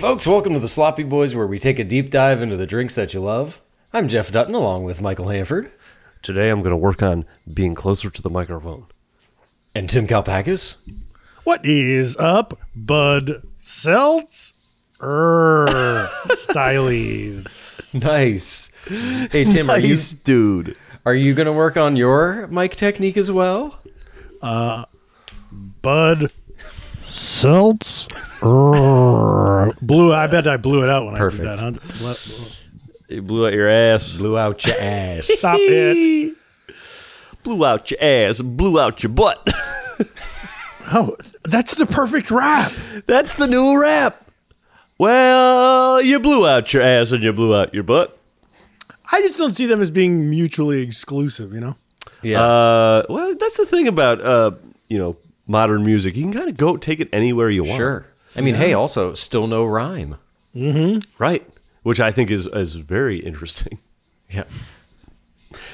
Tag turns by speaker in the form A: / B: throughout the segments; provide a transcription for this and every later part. A: folks, welcome to the Sloppy Boys, where we take a deep dive into the drinks that you love. I'm Jeff Dutton, along with Michael Hanford
B: Today I'm going to work on being closer to the microphone.
A: and Tim Kalpakis.
C: What is up, Bud Seltz? Er, Stylies.
A: Nice. Hey Tim, are you
D: Nice dude.
A: are you going to work on your mic technique as well?
C: Bud Seltz. Er. Blew. I bet I blew it out when
A: Perfect.
C: I did that. Huh? Let-
B: It blew out your ass.
A: Blew out your ass.
C: Stop it.
B: Blew out your ass. Blew out your butt.
C: Oh, that's the perfect rap.
B: That's the new rap. Well, you blew out your ass and you blew out your butt.
C: I just don't see them as being mutually exclusive. You know.
A: Yeah.
B: Uh, well, that's the thing about uh, you know, modern music. You can kind of go take it anywhere you want.
A: sure. I mean, hey, also still no rhyme.
B: Right. Which I think is is very interesting.
A: Yeah.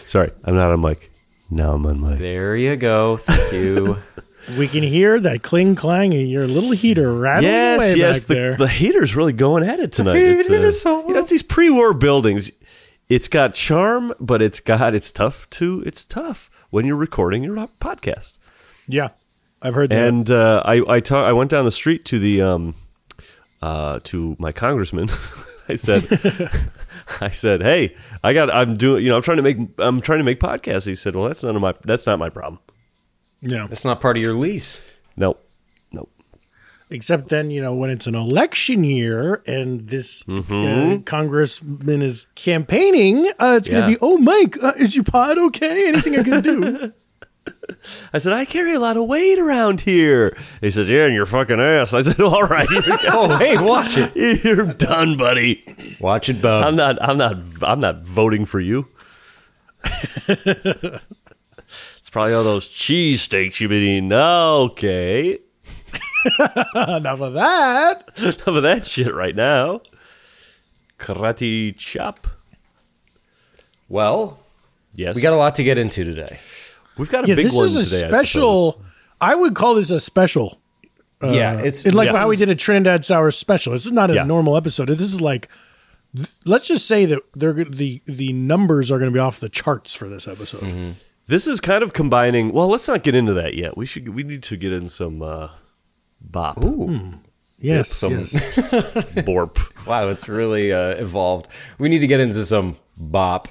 B: Sorry, I'm not on mic. Now I'm on mic.
A: There you go. Thank you.
C: We can hear that cling clang of your little heater rattling away
B: Yes, yes,
C: back
B: the,
C: there.
B: the heater's really going at it tonight.
A: heater
B: It's, uh,
A: is so
B: you know, it's these pre-war buildings. It's got charm, but it's got it's tough to it's tough when you're recording your podcast.
C: yeah, I've heard that.
B: And uh, I I, ta- I went down the street to the um, uh, to my congressman. I said, I said, hey, I got I'm doing you know I'm trying to make I'm trying to make podcasts. He said, well, that's none of my that's not my problem.
C: yeah.
A: That's not part of your lease.
B: No, no,
C: Except then, you know, when it's an election year and this uh, congressman is campaigning, uh, it's
B: Mm-hmm. Yeah.
C: going to be, oh, Mike, uh, is your pod okay? Anything I can do?
B: I said, I carry a lot of weight around here. He says, Yeah, and your fucking ass. I said, All right.
A: Oh, hey, watch it. Um,
B: You're done, buddy.
A: Watch it, bub.
B: I'm not I'm not I'm not voting for you. it's probably all those cheesesteaks you've been eating. Okay.
C: Uh, Enough of that.
B: Enough of that shit right now. Karate chop.
A: well,
B: Yes.
A: we got a lot to get into today.
B: We've got a
C: Yeah,
B: big
C: this
B: one
C: is a
B: today. I suppose.
C: special. I, would call this a special.
A: yeah,
C: Uh,
A: it's
C: it's like
A: this
C: how we
A: is-
C: did a Trinidad Sour special. This is not a
B: Yeah.
C: normal episode. This is like, th- let's just say that they're go- the the numbers are going to be off the charts for this episode.
B: Mm-hmm. This is kind of combining well, let's not get into that yet. We should we need to get in some uh bop.
C: Yes,
B: some
C: yes.
B: borp.
A: Wow, it's really uh, evolved. We need to get into some bop.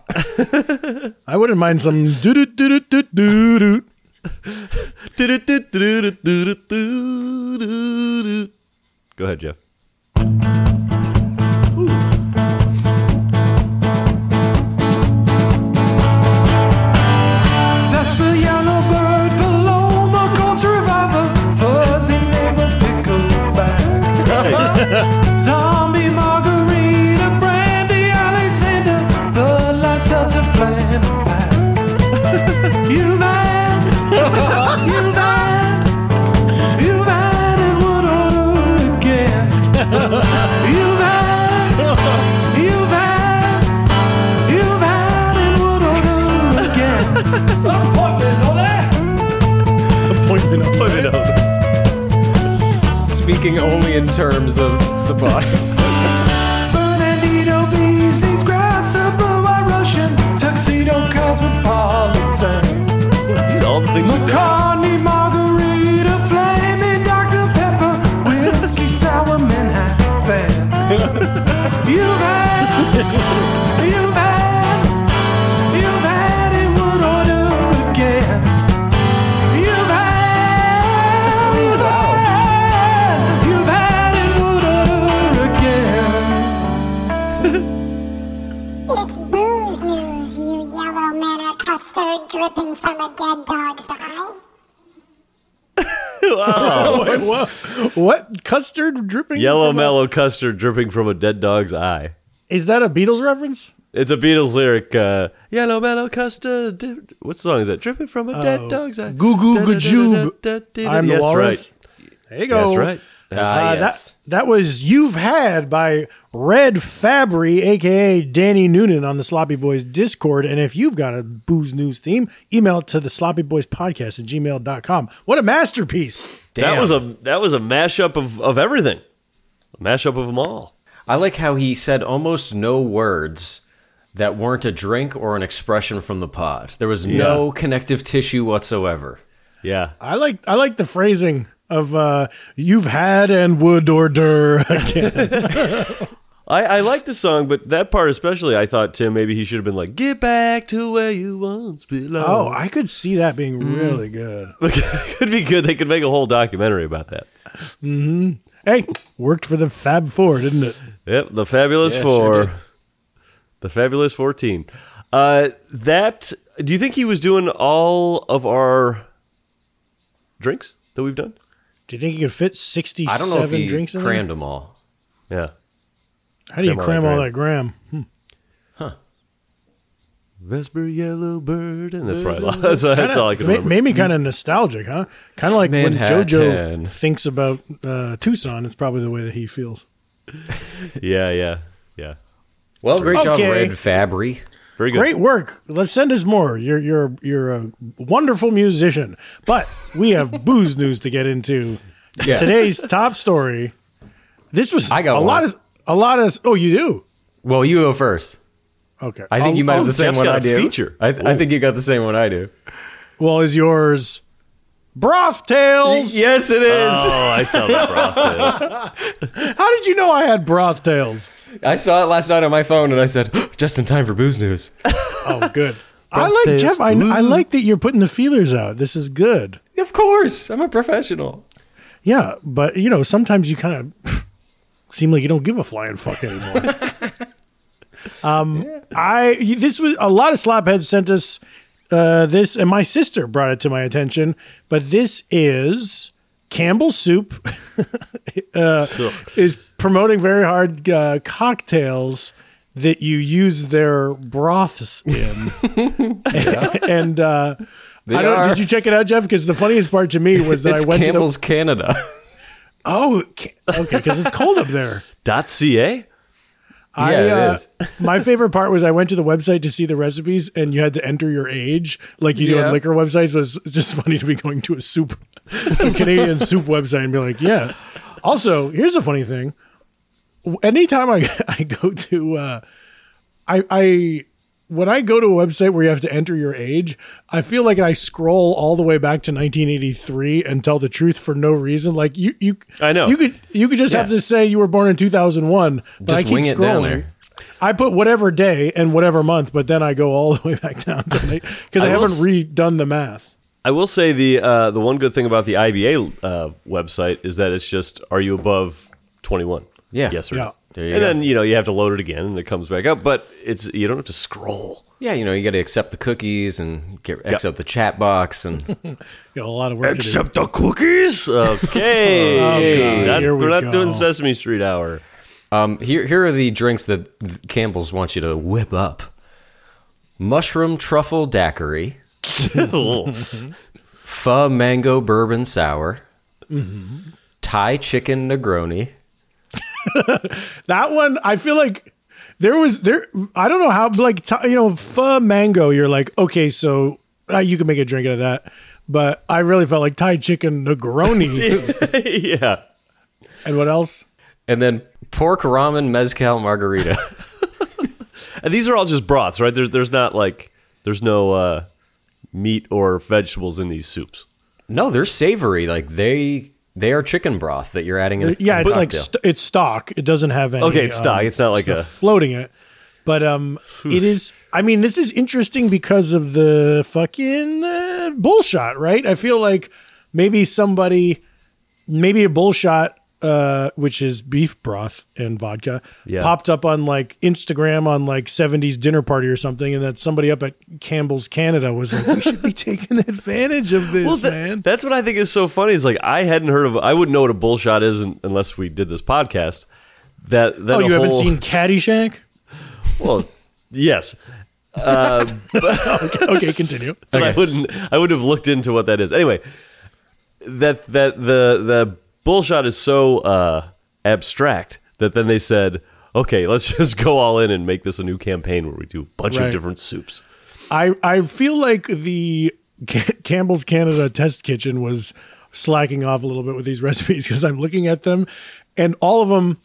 C: I wouldn't mind some doo doo doo doo doo doo.
B: Go ahead, Jeff.
E: Vesper, yellow bird, Paloma, corpse reviver, fuzzy navel, pickleback. Zombie margarita, brandy, Alexander, bloodline, seltzer, flamber pack. You've had, you've had, you've had, and would order again. You've had, you've had, you've had, and would order again. Appointment, all that.
C: Appointment of
A: Speaking only in terms of the bop.
E: Fernandino Beasley's grasshopper, white Russian, tuxedo cosmopolitan.
B: These are all the things we
E: McCartney margarita, flaming Dr. Pepper, whiskey sour Manhattan. You've had, you've had, you've had in would order again. You've had, you've had, you've had in would order again.
F: It's booze news, you yellow man of custard dripping from a dead dog's eye.
C: Wait, what? What custard dripping?
B: Yellow
C: from a-
B: mellow custard dripping from a dead dog's eye.
C: Is that a Beatles reference?
B: It's a Beatles lyric. Uh, Yellow mellow custard. Dip. What song is that? Dripping from a dead dog's eye.
C: Oh, Goo Goo Gajoob.
B: Da-da-da-da-da-da-da.
C: I'm the
B: yes,
C: walrus.
B: Right.
C: There you go.
B: That's right.
C: Uh,
A: Ah, yes.
C: That that was "You've Had" by Red Fabry, aka Danny Noonan, on the Sloppy Boys Discord. And if you've got a booze news theme, email it to the Sloppy Boys Podcast at gmail.com. What a masterpiece!
B: That was a that was a mashup of of everything. A mashup of them all.
A: I like how he said almost no words that weren't a drink or an expression from the pod. There was no connective tissue whatsoever.
B: Yeah.
C: I like I like the phrasing of uh, "you've had and would or der."
B: I, I like the song, but that part especially, I thought, Tim, maybe he should have been like, get back to where you once belonged.
C: oh, I could see that being
B: Mm-hmm.
C: really good.
B: could be good. They could make a whole documentary about that.
C: Hey, worked for the Fab Four, didn't it?
B: Yep, the Fabulous
A: Yeah, sure
B: Four. the Fabulous 14. Uh, that, do you think he was doing all of our drinks that we've done?
C: Do you think you could fit
A: I don't know if
C: sixty-seven
A: he
C: drinks in
A: crammed them all.
B: Yeah.
C: there? How do you
B: cram
C: cram
B: all
C: all that gram?
B: Vesper Yellow Bird. And that's right. That's, that's all I can
C: Ma-
B: remember.
C: made me kind of nostalgic, huh? Kind of like when
A: Manhattan.
C: JoJo thinks about uh, Tucson. It's probably the way that he feels.
B: Yeah, yeah, yeah.
A: Well, great job,
C: Okay.
A: Red Fabry.
B: Very good.
C: Great work. Let's send us more. You're you're you're a wonderful musician, but we have booze news to get into.
A: Yeah.
C: Today's top story. This was
A: I got
C: a
A: one.
C: lot of a lot of oh you do
A: Well, you go first.
C: okay. Um,
A: I think
C: I'll-
A: you might
B: oh,
A: have the same
B: Jeff's
A: one
B: got
A: I
B: a
A: do.
B: feature.
A: I, I think you got the same one I do.
C: Well, is yours broth tails?
A: Yes, it is.
B: Oh, I saw the broth.
C: How did you know I had broth tails?
A: I saw it last night on my phone, and I said, "Just in time for booze news."
C: Oh, good. I like
B: tails.
C: Jeff. I, I like that you're putting the feelers out. This is good.
A: of course, I'm a professional.
C: Yeah, but you know, sometimes you kind of seem like you don't give a flying fuck anymore. um, I this was a lot of slapheads sent us uh, this, and my sister brought it to my attention. But this is Campbell Soup Uh, is promoting very hard uh, cocktails that you use their broths in, and. Uh, I don't,
A: are.
C: did you check it out, Jeff? Because the funniest part to me was that
A: it's
C: I went to the
A: Campbell's Canada.
C: Oh, ca- okay, because it's cold up there.
B: Dot ca.
C: I,
A: Yeah, it
C: uh,
A: is.
C: my favorite part was I went to the website to see the recipes, and you had to enter your age, like you do
A: Yeah.
C: on liquor websites. It Was it's just funny to be going to a soup, a Canadian soup website, and be like, yeah. Also, here's a funny thing. Anytime I I go to, uh, I I. When I go to a website where you have to enter your age, I feel like I scroll all the way back to 1983 and tell the truth for no reason. Like you, you,
B: I know.
C: you could you could just have to say you were born in 2001, but
A: Just
C: I keep
A: wing
C: scrolling.
A: it down there.
C: I put whatever day and whatever month, but then I go all the way back down to because I,
B: I will
C: haven't
B: s-
C: redone the math.
B: I will say the uh, the one good thing about the IBA uh, website is that it's just are you above twenty one?
A: Yeah.
B: Yes or
C: Yeah.
B: no.
A: There you
B: and
A: go.
B: then you know you have to load it again and it comes back up, but it's you don't have to scroll.
A: yeah, you know, you got to accept the cookies and get X out the chat box, and
C: You know, a lot of work. To do.
B: the cookies. Okay,
C: Oh, God.
B: Not-
C: Here we
B: we're not
C: go.
B: doing Sesame Street hour.
A: um, here here are the drinks that Campbell's wants you to whip up: mushroom truffle daiquiri, pho mango bourbon sour, Thai chicken Negroni.
C: That one, I feel like there was there. I don't know how like t- you know pho mango. You're like okay, so uh, you can make a drink out of that. But I really felt like Thai chicken Negroni
B: yeah,
C: and what else?
A: And then pork ramen mezcal margarita.
B: and these are all just broths, right? There's there's not like there's no uh, meat or vegetables in these soups.
A: no, they're savory. Like they they are chicken broth that you're adding in.
C: Yeah,
A: in
C: it's
A: a
C: like
A: cocktail.
C: st- it's stock. It doesn't have any. um,
B: Okay, it's stock. It's not like
C: stuff
B: a-
C: floating in it. But um, it is. I mean, this is interesting because of the fucking uh, bullshot, right? I feel like maybe somebody, maybe a bullshot, uh, which is beef broth and vodka,
B: Yeah.
C: popped up on like Instagram on like '70s dinner party or something, and that somebody up at Campbell's Canada was like, "We should be taking advantage of this,
B: tha-
C: man."
B: That's what I think is so funny. Is like I hadn't heard of. I wouldn't know what a bullshot is un- unless we did this podcast. That, that
C: Oh,
B: a
C: you haven't
B: whole-
C: seen Caddyshack?
B: Well, yes,
C: Okay, continue.
B: but I wouldn't. I would have looked into what that is. Anyway, that that the the bullshot is so uh, abstract that then they said, okay, let's just go all in and make this a new campaign where we do a bunch
C: Right.
B: of different soups.
C: I I feel like the Ca- Campbell's Canada Test Kitchen was slacking off a little bit with these recipes because I'm looking at them, and all of them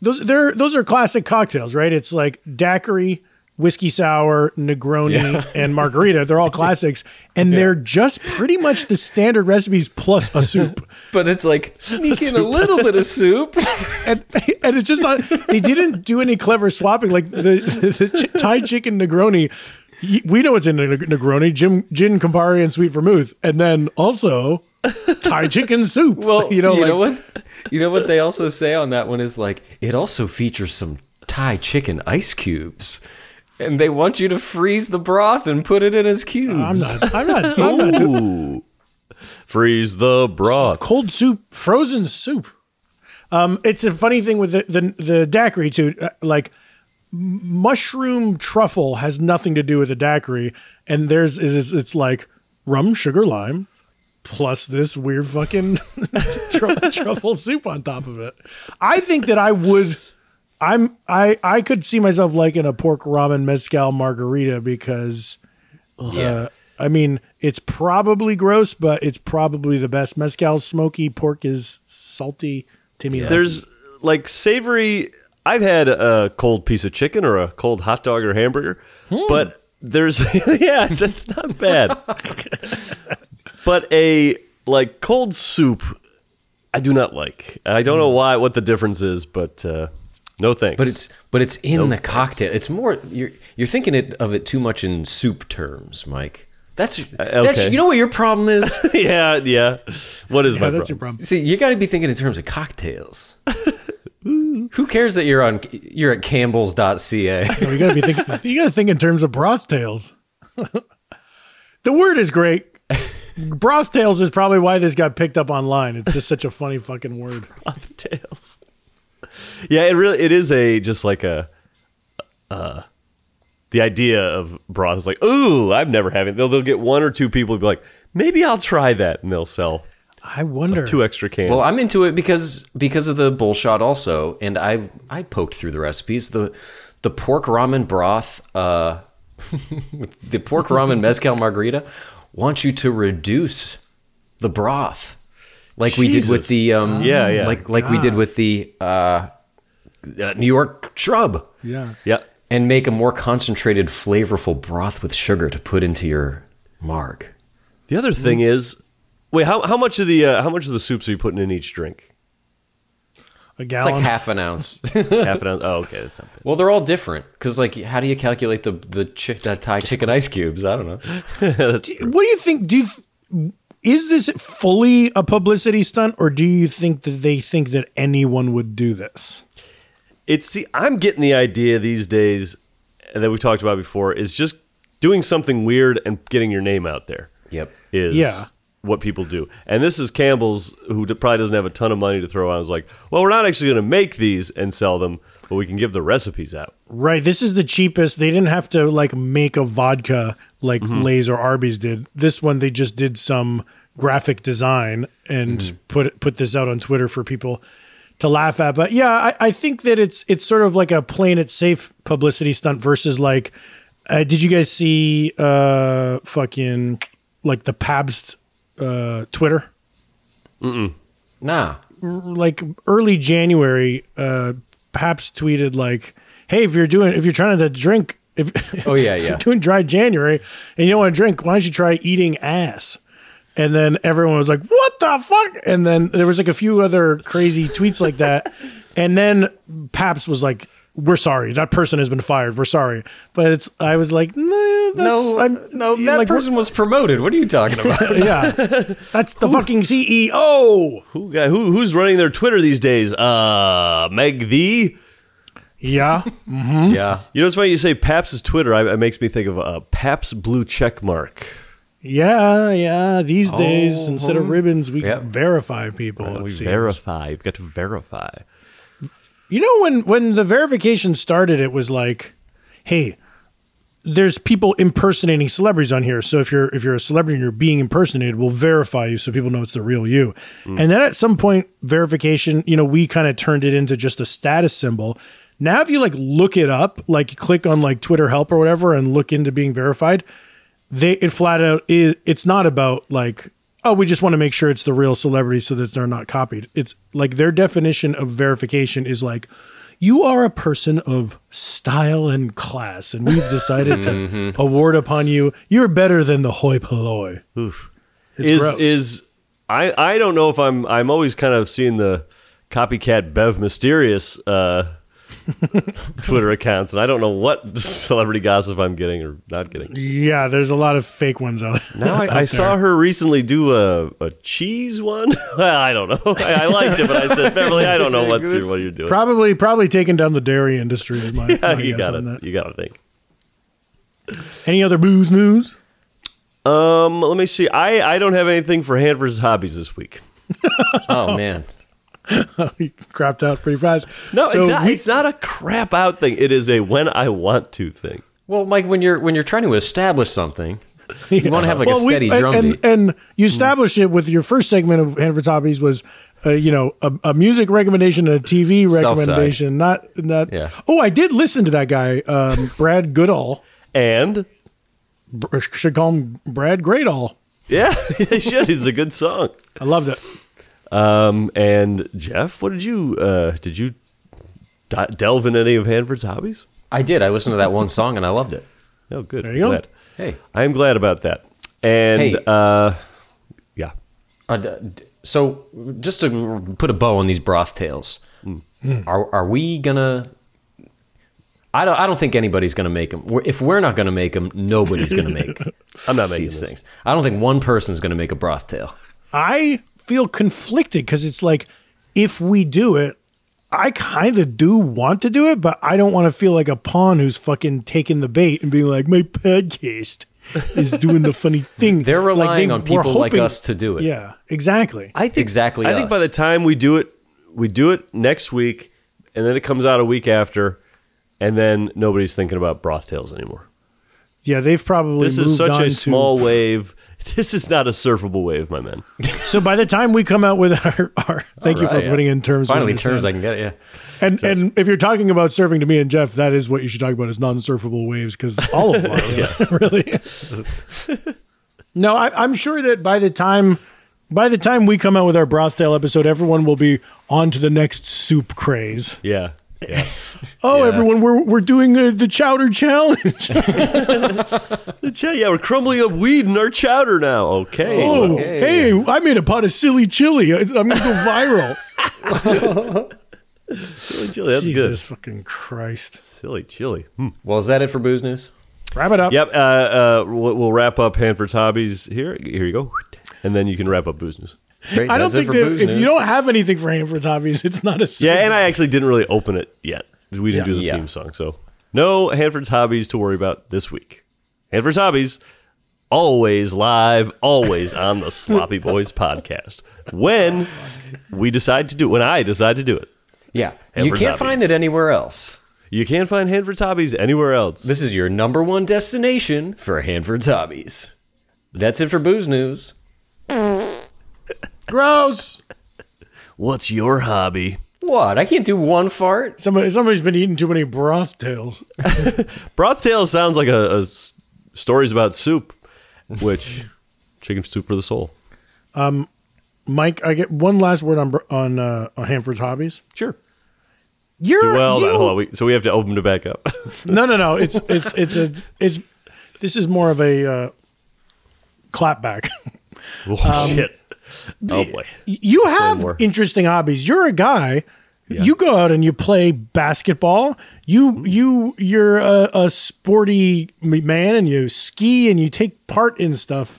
C: Those they're those are classic cocktails, right? It's like daiquiri, whiskey sour, Negroni, and margarita. They're all classics, and they're just pretty much the standard recipes plus a soup.
A: But it's like sneak in a little bit of soup.
C: and and it's just not they didn't do any clever swapping like the, the, chi- Thai chicken Negroni. y- We know it's in a Neg- Negroni, gin, gin Campari, and sweet vermouth, and then also Thai chicken soup.
A: Well, you know,
C: like,
A: what? You know what they also say on that one is like it also features some Thai chicken ice cubes, and they want you to freeze the broth and put it in as cubes.
C: I'm not. I'm not. I'm not doing
B: Ooh. Freeze the broth.
C: cold soup, frozen soup. Um, it's a funny thing with the the, the daiquiri too. uh, Like m- mushroom truffle has nothing to do with the daiquiri, and theirs is is- it's like rum, sugar, lime, plus this weird fucking tru- truffle soup on top of it. I think that I would. I'm I I could see myself like in a pork ramen mezcal margarita because uh, I mean, it's probably gross, but it's probably the best. Mezcal's smoky, pork is salty. To me,
B: There's like savory. I've had a cold piece of chicken or a cold hot dog or hamburger, but there's yeah, it's, it's not bad. but a like cold soup, I do not like. I don't know why what the difference is, but uh, no thanks.
A: But it's but it's in the cocktail. It's more you're you're thinking it, of it too much in soup terms, Mike. That's, that's
B: okay.
A: you know what your problem is.
B: yeah, yeah. What is my
C: yeah, that's
B: problem?
C: your problem.
A: See, you got to be thinking in terms of cocktails. Who cares that you're on you're at Campbell's.ca?
C: No, you gotta be thinking. you gotta think in terms of broth tails. the word is great. Broth tails is probably why this got picked up online. It's just such a funny fucking word.
B: off the tails. Yeah, it really it is a just like a uh the idea of broth is like, ooh, I'm never having they'll they'll get one or two people who be like, maybe I'll try that and they'll sell
C: I wonder.
B: two extra cans.
A: Well, I'm into it because because of the bullshot also, and I I poked through the recipes the the pork ramen broth, uh, the pork ramen mezcal margarita want you to reduce the broth, like we did
B: Jesus. Oh
A: with the um
B: Yeah, yeah.
A: like like we did with the uh, uh, New York shrub,
C: yeah.
B: yeah.
A: and make a more concentrated, flavorful broth with sugar to put into your marg.
B: The other thing is wait, how how much of the uh, how much of the soups are you putting in each drink?
C: A
A: It's
C: gallon.
A: like half an ounce.
B: Half an ounce. Oh, okay, that's not bad.
A: Well, they're all different because, like, how do you calculate the the chi- that Thai chicken ice cubes? I don't know.
C: what do you think? Do you th- is this fully a publicity stunt, or do you think that they think that anyone would do this?
B: It's see, I'm getting the idea these days that we talked about before is just doing something weird and getting your name out there.
A: Yep.
B: is
C: Yeah.
B: what people do. And this is Campbell's, who d- probably doesn't have a ton of money to throw out. Is like, well, we're not actually going to make these and sell them, but we can give the recipes out.
C: Right. This is the cheapest. They didn't have to like make a vodka like Lay's or Arby's did. This one they just did some graphic design and put put this out on Twitter for people to laugh at. But yeah, I, I think that it's it's sort of like a playing it safe publicity stunt versus like uh, did you guys see uh fucking like the Pabst uh Twitter?
A: Nah.
C: like early January, uh, Paps tweeted like, "Hey, if you're doing, if you're trying to drink, if
A: Oh yeah,
C: if
A: yeah.
C: you're doing dry January and you don't want to drink, why don't you try eating ass?" And then everyone was like, "What the fuck?" And then there was like a few other crazy tweets like that, and then Paps was like. We're sorry. That person has been fired. We're sorry, but it's. I was like, no, that's,
A: No,
C: I'm,
A: no.
C: yeah,
A: That
C: like,
A: person was promoted. What are you talking about?
C: yeah, that's the fucking E CEO.
B: Who guy? Who who's running their Twitter these days? Uh, Meg the.
C: Yeah,
A: yeah.
B: You know, it's funny you say Paps' Twitter. I, it makes me think of uh, Paps Blue Check Mark.
C: Yeah, yeah. These days,
A: Oh,
C: instead of
A: hmm.
C: ribbons, we
A: Yep.
C: verify people. it
B: We
C: seems.
B: verify. We've got to verify.
C: you know, when when the verification started, it was like, hey, there's people impersonating celebrities on here. So if you're if you're a celebrity and you're being impersonated, we'll verify you so people know it's the real you.
A: Hmm.
C: And then at some point, verification, you know, we kind of turned it into just a status symbol. Now if you like look it up, like click on like Twitter help or whatever and look into being verified, they it flat out is it's not about like oh we just want to make sure it's the real celebrity so that they're not copied it's like their definition of verification is like You are a person of style and class, and we've decided to
B: Mm-hmm.
C: award upon you. You're better than the hoi polloi.
B: Oof.
C: It's
B: is
C: gross.
B: is I I don't know if I'm I'm always kind of seeing the copycat Bev Mysterious uh, Twitter accounts, and I don't know what celebrity gossip I'm getting or not getting.
C: Yeah, there's a lot of fake ones out there.
B: Now I, I saw her recently do a, a cheese one. Well, I don't know. I, I liked it, but I said Beverly, I don't know what's your, what you're doing.
C: Probably, probably taking down the dairy industry is my, my
B: you
C: guess
B: got
C: on that.
B: to you got to think.
C: Any other booze news?
B: Um, let me see. I I don't have anything for hand versus hobbies this week.
A: Oh man.
C: You crapped out pretty fast.
B: No,
C: So
B: it's, not,
C: we-
B: it's not a crap out thing. It is a when I want to thing.
A: Well, Mike, when you're when you're trying to establish something, you want to have like a
C: Well, we-
A: steady Mm.
C: and-
A: drum beat.
C: And, and you establish it with your first segment of Hanford's Hobbies was, uh, you know, a, a music recommendation and a TV
A: Southside.
C: recommendation. Not not.
A: Yeah.
C: Oh, I did listen to that guy, um, Brad Goodall.
B: And
C: Br- should call him Brad Greatall.
B: yeah, they should. It's a good song.
C: I loved it.
B: Um, and Jeff, what did you uh, did you di- delve in any of Hanford's hobbies?
A: I did. I listened to that one song and I loved it.
B: Oh, good.
C: There you go.
B: glad.
A: Hey,
B: I am glad about that. And
A: Hey.
B: uh, yeah,
A: Uh, d- d- so just to put a bow on these broth tales,
C: Hmm.
A: are are we gonna? I don't. I don't think anybody's gonna make them. If we're not gonna make them, nobody's gonna make
B: I'm not making
A: these
B: this.
A: things. I don't think one person's gonna make a broth tale.
C: I feel conflicted because it's like if we do it, I kind of do want to do it, but I don't want to feel like a pawn who's fucking taking the bait and being like, my podcast is doing the funny thing.
A: They're
C: Like,
A: relying on
C: they were
A: people like
C: hoping-
A: us to do it.
C: Yeah, exactly.
B: I think
A: Exactly
B: I think
A: us.
B: by the time we do it, we do it next week, and then it comes out a week after, and then nobody's thinking about broth tails anymore.
C: Yeah, they've probably
B: This
C: moved
B: is such
C: on
B: a
C: to-
B: small wave. This is not a surfable wave, my man.
C: So by the time we come out with our, our thank you for
A: Right, yeah.
C: putting in terms. we
A: Finally,
C: understand.
A: terms I can get. Yeah.
C: And and if you're talking about surfing to me and Jeff, that is what you should talk about is non-surfable waves because all of them are really. no, I, I'm sure that by the time by the time we come out with our brothtail episode, everyone will be on to the next soup craze.
B: Yeah, yeah.
C: Oh, everyone, we're we're doing uh, the chowder challenge.
B: Yeah, yeah, we're crumbling up weed in our chowder now. Okay.
C: oh,
B: well,
C: hey, I made a pot of silly chili. I- I'm gonna go viral.
B: silly chili. That's
C: Jesus
B: good.
C: fucking Christ!
B: Silly chili. Hmm.
A: Well, is that it for booze news?
C: Wrap it up.
B: Yep. Uh, uh, we'll, we'll wrap up Hanford's hobbies here. Here you go, and then you can wrap up business.
A: Great,
C: I don't
A: that's it
C: think
A: for
C: that
A: booze
C: if
A: news.
C: you don't have anything for Hanford's hobbies, it's not a
B: Yeah, and I actually didn't really open it yet. We didn't do the
A: Yeah.
B: theme song, so no Hanford's hobbies to worry about this week. Hanford's hobbies always live, always on the Sloppy Boys podcast. When we decide to do, when I decide to do it,
A: yeah,
B: And
A: you
B: for
A: can't find
B: zombies.
A: it anywhere else.
B: you can't find Hanford's hobbies anywhere else.
A: This is your number one destination for Hanford's hobbies. That's it for booze news.
C: gross.
B: What's your hobby?
A: What? I can't do one fart.
C: Somebody, somebody's been eating too many broth tails.
B: Broth tales sounds like a, a s- stories about soup, which chicken soup for the soul.
C: Mike, I get one last word on br- on, uh, on Hanford's hobbies.
B: Sure.
C: You're
B: Well,
C: you-
B: that- hold on. We, so we have to open it back up.
C: no, no, no. It's it's it's a it's this is more of a uh, clapback.
B: oh, shit. Oh boy.
C: You have
B: more.
C: interesting hobbies. You're a guy. You go out and you play basketball. You you you're a, a sporty m- man, and you ski and you take part in stuff.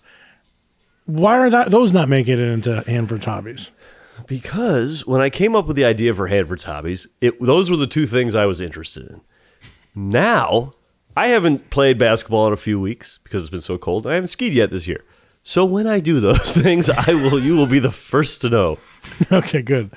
C: Why are that those not making it into Hanford's hobbies?
B: Because when I came up with the idea for Hanford's hobbies, it those were the two things I was interested in. Now, I haven't played basketball in a few weeks because it's been so cold. and I haven't skied yet this year. So when I do those things, I will. You will be the first to know.
C: Okay, good.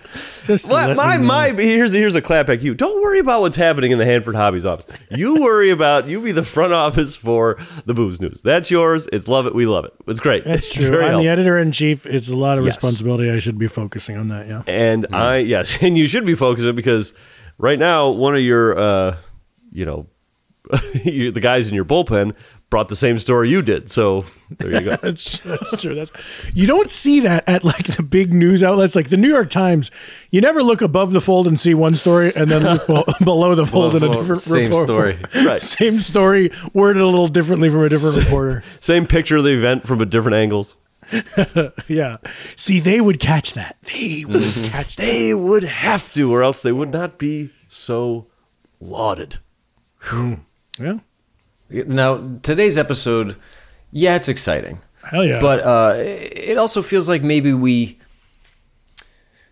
C: Just to
B: My
C: let
B: my,
C: me know.
B: my here's here's a clap at you. Don't worry about what's happening in the Hanford Hobbies office. You worry about you be the front office for the booze news. That's yours. It's love it. We love it. It's great.
C: That's
B: It's
C: true. I'm
B: very helpful.
C: the editor in chief. It's a lot of
B: Yes.
C: responsibility. I should be focusing on that. Yeah.
B: And I yes, and you should be focusing because right now one of your uh, you know you, the guys in your bullpen brought the same story you did. So there you go.
C: That's true. That's true. That's you don't see that at like the big news outlets, like the New York Times. You never look above the fold and see one story, and then look well, below the fold in
A: fold,
C: a different
A: same
C: report-
A: story.
B: Right.
C: Same story, worded a little differently from a different reporter.
B: Same picture of the event from a different angles.
C: Yeah. See, they would catch that. They would
A: Mm-hmm.
C: catch. They would have.
B: Have to, or else they would not be so lauded.
C: Yeah.
A: Now, today's episode, yeah, it's exciting.
C: Hell yeah.
A: But uh, it also feels like maybe we.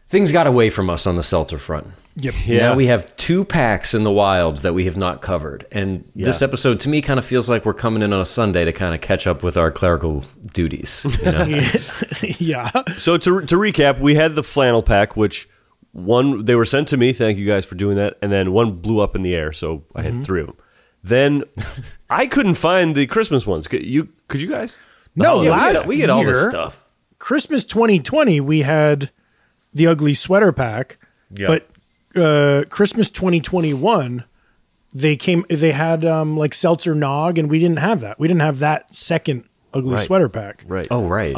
A: Things got away from us on the Seltzer front.
C: Yep.
A: Now we have two packs in the wild that we have not covered. And this
B: Yeah.
A: episode, to me, kind of feels like we're coming in on a Sunday to kind of catch up with our clerical duties. you know?
C: yeah.
B: So to to recap, we had the flannel pack, which one they were sent to me. Thank you guys for doing that. And then one blew up in the air, so I
C: Mm-hmm.
B: had three of them. Then I couldn't find the Christmas ones. Could you could you guys?
C: No,
A: Yeah, we
C: last
A: get, we get all this
C: year,
A: stuff.
C: Christmas 2020, we had the ugly sweater pack,
B: Yeah.
C: but uh, Christmas 2021, they came. They had um, like seltzer nog, and we didn't have that. We didn't have that second ugly sweater pack.
B: Right.
A: Oh, right.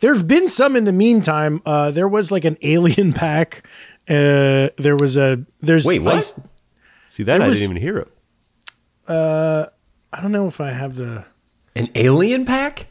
C: There have been some in the meantime. Uh, there was like an alien pack. Uh, there was a there's
A: Wait, what?
C: ice-
B: See that I
C: was-
B: didn't even hear it.
C: I don't know if I have the
A: An alien pack?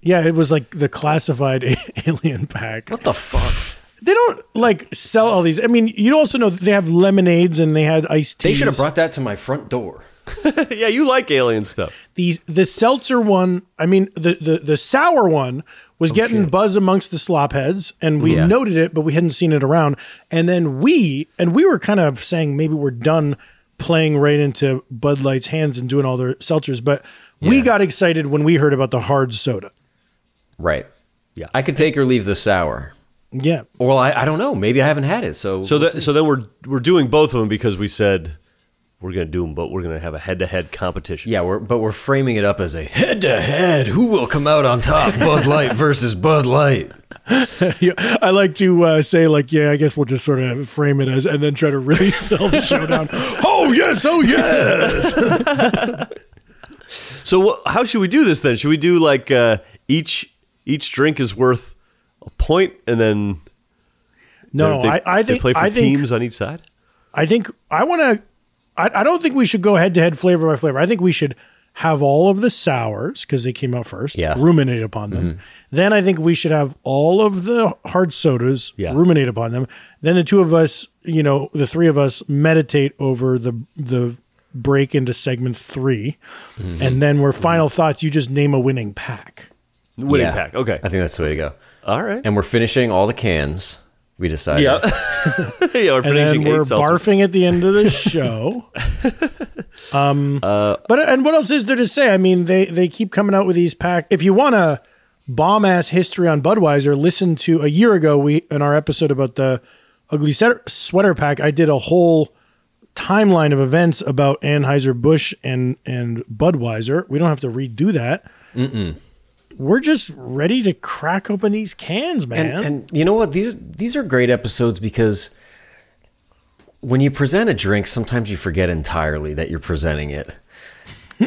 C: yeah. It was like the classified alien pack.
A: What the fuck?
C: They don't like sell all these. I mean, you also know that they have lemonades and they had iced teas.
A: they should have brought that to my front door.
B: yeah, you like alien stuff.
C: these. The seltzer one, I mean, the the, the sour one
B: Oh,
C: was getting buzz amongst the slop heads, and we
A: Yeah.
C: noted it, but we hadn't seen it around. And then we and we were kind of saying maybe we're done playing right into Bud Light's hands and doing all their seltzers, but we
A: Yeah.
C: got excited when we heard about the hard soda.
A: Right. Yeah. I could take or leave the sour.
C: Yeah,
B: Oh.
A: Well, I, I don't know. Maybe I haven't had it. So,
B: So that so then we're we're doing both of them because we said we're gonna do them, but we're gonna have a head to head competition.
A: yeah, we're, but we're framing it up as a head to head. Who will come out on top? Bud Light versus Bud Light.
C: yeah, I like to uh, say like, yeah, I guess we'll just sort of frame it as, and then try to really sell the showdown. oh yes, oh yes.
B: So wh- how should we do this then? Should we do like uh, each each drink is worth a point, and then
C: No,
B: they,
C: I, I
B: they
C: think
B: play for
C: I think
B: teams on each side.
C: I think I want to. I, I don't think we should go head to head flavor by flavor. I think we should have all of the sours because they came out first.
A: Yeah.
C: ruminate upon them. Then I think we should have all of the hard sodas.
B: Yeah.
C: ruminate upon them. Then the two of us, you know, the three of us meditate over the the break into segment 3 and then we're final thoughts. You just name a winning pack.
B: Winning
A: Yeah.
B: pack. Okay.
A: I think that's the way to go.
B: All right.
A: And we're finishing all the cans. We decided.
B: yeah. yeah. We're
C: and then
B: finishing
C: we're
B: eight seltzers.
C: barfing at the end of the show. um,
B: Um, uh,
C: but and what else is there to say? I mean, they they keep coming out with these pack. If you want to bomb ass history on Budweiser, listen to a year ago we in our episode about the ugly sweater, sweater pack. I did a whole timeline of events about Anheuser Busch and and Budweiser. We don't have to redo that. We're just ready to crack open these cans, man.
A: And, and you know what? These these are great episodes because when you present a drink, sometimes you forget entirely that you're presenting it.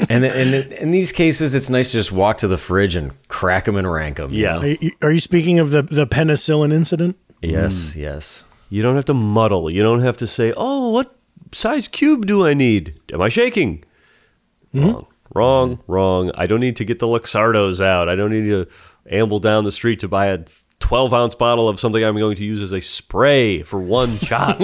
A: and and in these cases, it's nice to just walk to the fridge and crack them and rank them.
B: Yeah.
C: Are you- are you speaking of the the penicillin incident?
B: Mm.
A: Yes. Yes.
B: You don't have to muddle. You don't have to say, "Oh, what size cube do I need? Am I shaking?" Wrong. Wrong. Wrong. I don't need to get the Luxardos out. I don't need to amble down the street to buy a 12 ounce bottle of something I'm going to use as a spray for one shot.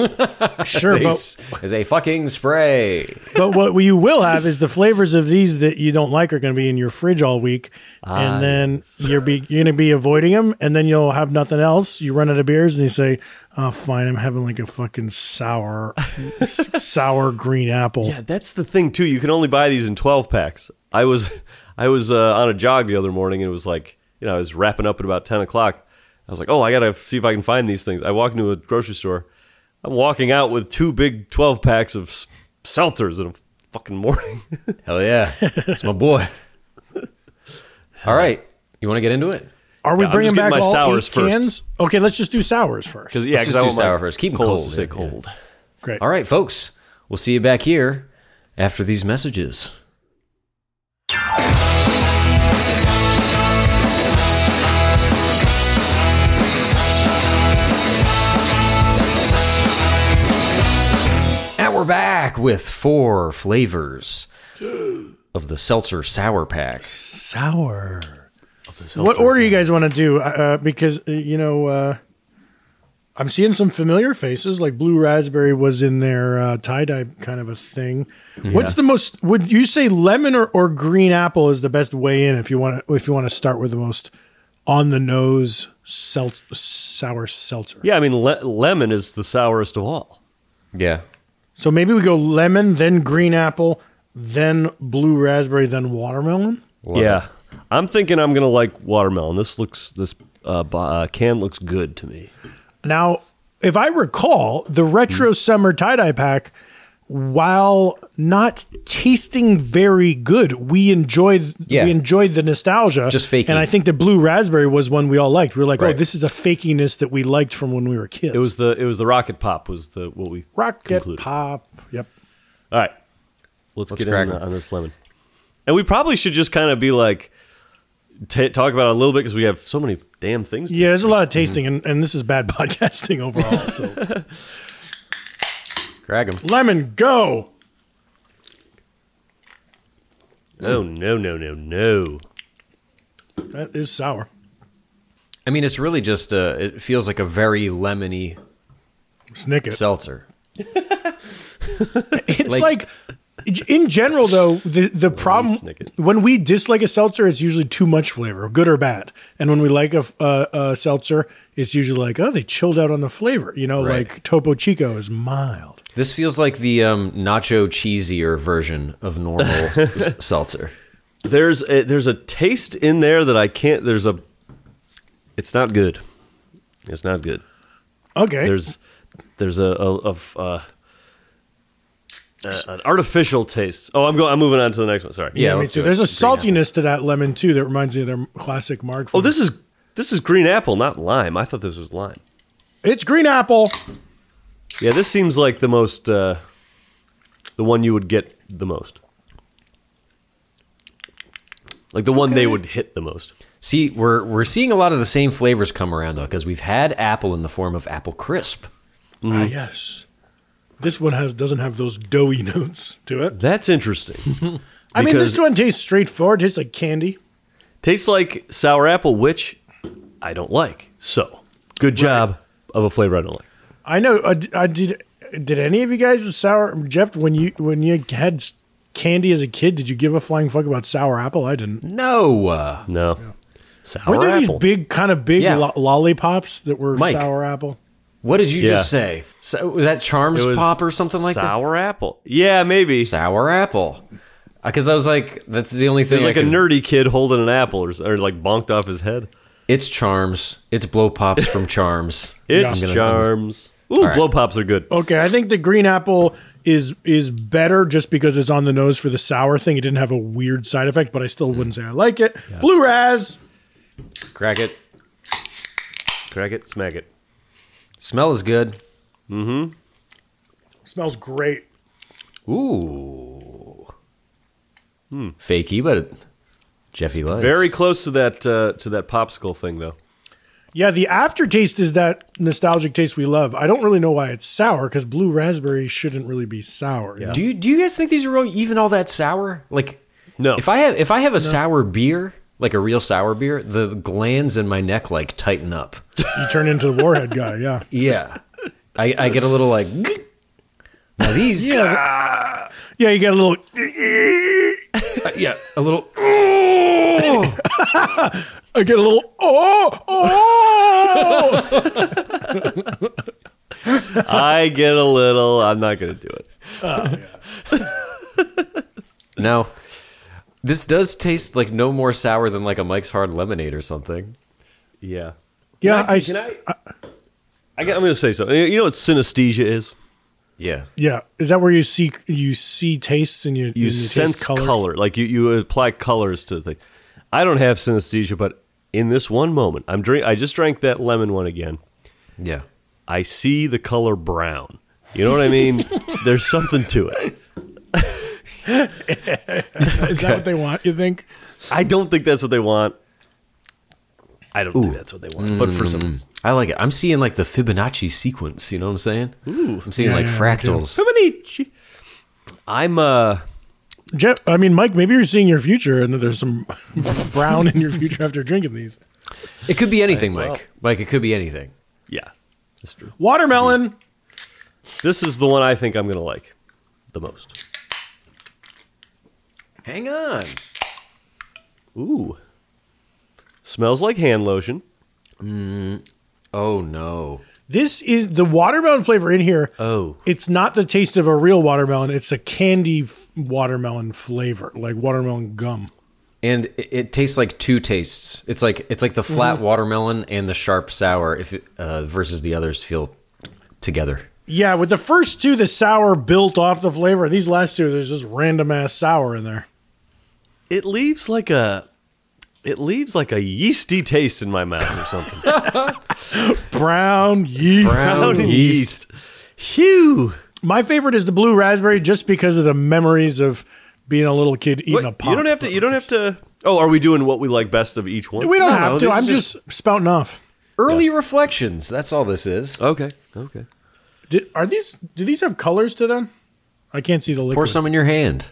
C: Sure, but
A: Is is a fucking spray.
C: but what you will have is the flavors of these that you don't like are going to be in your fridge all week,
B: Ah,
C: and then you're be you're going to be avoiding them, and then you'll have nothing else. You run out of beers, and you say, "Oh, fine, I'm having like a fucking sour, s- sour green apple."
B: Yeah, that's the thing too. You can only buy these in twelve packs. I was, I was uh, on a jog the other morning, and it was like, you know, I was wrapping up at about ten o'clock. I was like, oh, I gotta see if I can find these things. I walk into a grocery store. I'm walking out with two big twelve packs of s- seltzers in a fucking morning.
A: Hell yeah. That's my boy. All right. You want to get into it?
C: Are we
B: Yeah, I'm
C: bringing
B: just getting
C: back
B: my
C: all
B: sours
C: eight
B: first.
C: cans? Okay, let's just do sours first.
B: Because yeah,
A: Let's
B: because
A: just
B: I
A: do
B: want my
A: sour first. Keep 'em
B: colas
A: cold,
B: to stay
A: yeah, yeah.
B: cold.
C: Great.
A: All right, folks. We'll see you back here after these messages. And we're back with four flavors of the seltzer sour pack.
C: Sour. What order you guys want to do? Uh, because uh, you know, uh, I'm seeing some familiar faces. Like blue raspberry was in their uh, tie dye kind of a thing. What's the most? Would you say lemon or, or green apple is the best way in if you want to if you want to start with the most on the nose selt- sour seltzer?
B: Yeah, I mean, le- lemon is the sourest of all.
A: Yeah.
C: So maybe we go lemon, then green apple, then blue raspberry, then watermelon.
B: yeah, I'm thinking I'm gonna like watermelon. This looks this uh, bo- uh, can looks good to me.
C: Now, if I recall, the retro
A: Hmm.
C: summer tie dye pack, while not tasting very good, we enjoyed
A: Yeah.
C: we enjoyed the nostalgia.
A: Just faking.
C: And I think the blue raspberry was one we all liked. We were like, oh,
A: Right.
C: this is a fakiness that we liked from when we were kids.
B: It was the it was the rocket pop was the what we
C: rocket
B: concluded.
C: pop. Yep.
B: All right, let's,
A: Let's
B: get
A: crack
B: in
A: 'em.
B: on this lemon. And we probably should just kind of be like ta talk about it a little bit because we have so many damn things. to-
C: Yeah, there's a lot of
A: Mm-hmm.
C: tasting, and, and this is bad podcasting overall. So
A: Drag them.
C: lemon, go.
B: Oh no no no no!
C: That is sour.
A: I mean, it's really just a, it feels like a very lemony
C: Snicket.
A: seltzer.
C: It's like,
A: Like-
C: in general though, the the problem
B: Snicket.
C: when we dislike a seltzer, it's usually too much flavor, good or bad. And when we like a, a, a seltzer, it's usually like, oh, they chilled out on the flavor. You know,
A: Right.
C: like Topo Chico is mild.
A: This feels like the um, nacho cheesier version of normal s- seltzer.
B: There's a, there's a taste in there that I can't. There's a. It's not good. It's not good.
C: Okay,
B: There's there's a, a of uh, a- an artificial taste. Oh, I'm going. I'm moving on to the next one. Sorry.
A: Yeah,
C: me
A: let's
C: too.
A: do it.
C: There's a saltiness to that lemon too that reminds me of their classic Marg.
B: Oh, this is this is green apple, not lime. I thought this was lime.
C: it's green apple.
B: Yeah, this seems like the most uh, the one you would get the most. Like the one they would hit the most.
A: See, we're we're seeing a lot of the same flavors come around though, because we've had apple in the form of apple crisp.
C: Ah, yes, this one has doesn't have those doughy notes to it.
B: That's interesting.
C: I mean, this
B: Because-
C: one tastes straightforward. Tastes like candy.
B: Tastes like sour apple, which I don't like. So, good job of a flavor I don't like.
C: I know. I, d- I did. Did any of you guys sour Jeff when you when you had s- candy as a kid? Did you give a flying fuck about sour apple? I didn't.
A: No, uh,
B: No. Sour
C: Were there
B: apple.
C: these big kind of big
A: Yeah.
C: lo- lollipops that were
A: Mike.
C: sour apple?
A: what did you
B: Yeah.
A: just say? So, was that charms
B: It was
A: pop or something like that?
B: Sour apple. Yeah, maybe.
A: Sour apple. Because I was like, that's the only thing.
B: There's
A: I
B: like a
A: can-
B: nerdy kid holding an apple or, s- or like bonked off his head.
A: It's charms. It's blow pops from charms.
B: It's
A: gonna-
B: charms. Ooh,
A: right. Oh.
B: blow pops are good.
C: Okay, I think the green apple is is better just because it's on the nose for the sour thing. It didn't have a weird side effect, but I still wouldn't say I like it. Blue Raz.
A: Crack it.
B: Crack it, smack it.
A: Smell is good.
C: Smells great.
A: Ooh. Fakey, but it, Jeffy loves.
B: Hmm. Very close to that uh, to that popsicle thing though.
C: Yeah, the aftertaste is that nostalgic taste we love. I don't really know why it's sour because blue raspberry shouldn't really be sour.
A: Do you do you guys think these are all, even all that sour? Like,
B: No.
A: If I have if I have a sour beer, like a real sour beer, the glands in my neck like tighten up.
C: You turn into the warhead guy. Yeah.
A: Yeah, I, I get a little like. Now these, yeah,
C: Yeah, you get a little.
A: yeah, a little.
C: I get a little. Oh, oh!
B: I get a little. I'm not gonna do it.
A: No, this does taste like no more sour than like a Mike's Hard Lemonade or something.
B: Yeah.
C: yeah, I, s-
B: Can I? I am gonna say something. You know what synesthesia is?
A: Yeah,
C: Yeah, is that where you see you see tastes and you and
B: You
C: taste
B: sense
C: colors?
B: color, like you you apply colors to things. I don't have synesthesia, but in this one moment, I'm drink. I just drank that lemon one again.
A: yeah.
B: I see the color brown. You know what I mean? There's something to it.
C: Is that what they want? You think?
B: I don't think that's what they want. I don't think that's what they want. But for some reason,
A: I like it. I'm seeing like the Fibonacci sequence. You know what I'm saying? Ooh, I'm seeing
C: Yeah,
A: like
C: yeah, me too.
A: fractals.
B: many. I'm uh.
C: Jeff, I mean, Mike, maybe you're seeing your future, and that there's some brown in your future after drinking these.
A: It could be anything, Mike. Mike, it could be anything.
B: Yeah, that's true.
C: Watermelon.
B: This is the one I think I'm gonna like the most.
A: Hang on.
B: Ooh, smells like hand lotion.
A: Oh no.
C: This is the watermelon flavor in here.
B: Oh,
C: It's not the taste of a real watermelon. It's a candy f- watermelon flavor, like watermelon gum.
A: And it, it tastes like two tastes. It's like it's like
C: Mm-hmm.
A: the flat watermelon and the sharp sour. If it, uh, versus the others feel together.
C: Yeah, with the first two, the sour built off the flavor. These last two, there's just random ass sour in there.
B: it leaves like a. It leaves like a yeasty taste in my mouth or something.
C: Brown yeast.
A: Brown
B: yeast. Phew.
C: My favorite is the blue raspberry, just because of the memories of being a little kid eating
B: Wait,
C: a pop.
B: you don't have to. You don't have to. Oh, are we doing what we like best of each one?
C: We don't
A: No,
C: have
A: no,
C: to.
A: this
C: I'm
A: is
C: just, spouting off.
A: Early reflections. That's all this is.
B: Okay. Okay.
C: Did, are these? Do these have colors to them? I can't see the liquid.
A: Pour some in your hand.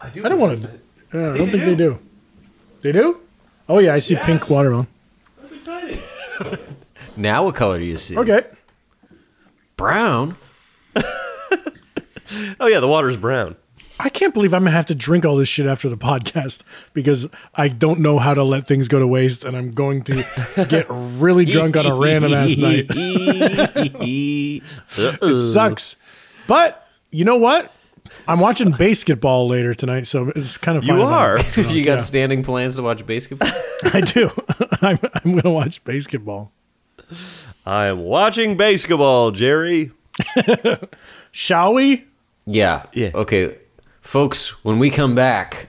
C: I don't want to. Uh, I don't think they do. They do? Oh yeah, I see pink watermelon.
A: Now, what color do you see?
C: Okay.
A: Brown.
B: Oh yeah, the water's brown.
C: I can't believe I'm gonna have to drink all this shit after the podcast because I don't know how to let things go to waste, and I'm going to get really drunk on a random ass night. It sucks, but you know what? I'm watching basketball later tonight, so it's kind of
B: You are.
C: fine.
A: you got standing plans to watch basketball?
C: I do. I'm, I'm going to watch basketball.
B: I'm watching basketball, Jerry.
C: Shall we?
A: yeah.
B: Yeah.
A: Okay, folks. When we come back,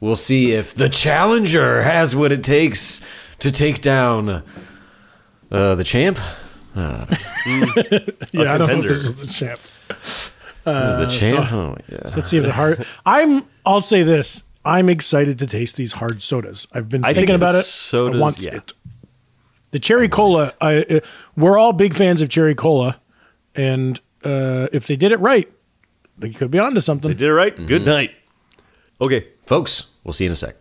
A: we'll see if the challenger has what it takes to take down uh, the champ.
C: Yeah, I don't know if
B: contender.
C: this is the champ.
A: This is the champ. Oh my god.
C: Let's see if the hard. I'm. I'll say this. I'm excited to taste these hard sodas. I've been
B: I think
C: thinking
B: the
C: about it.
B: sodas,
C: I want
B: yeah.
C: it. The cherry cola. I, uh, we're all big fans of cherry cola, and uh, if they did it right, they could be onto something.
B: You did it right.
C: Mm-hmm.
B: Good night. Okay.
A: Folks, we'll see you in a sec.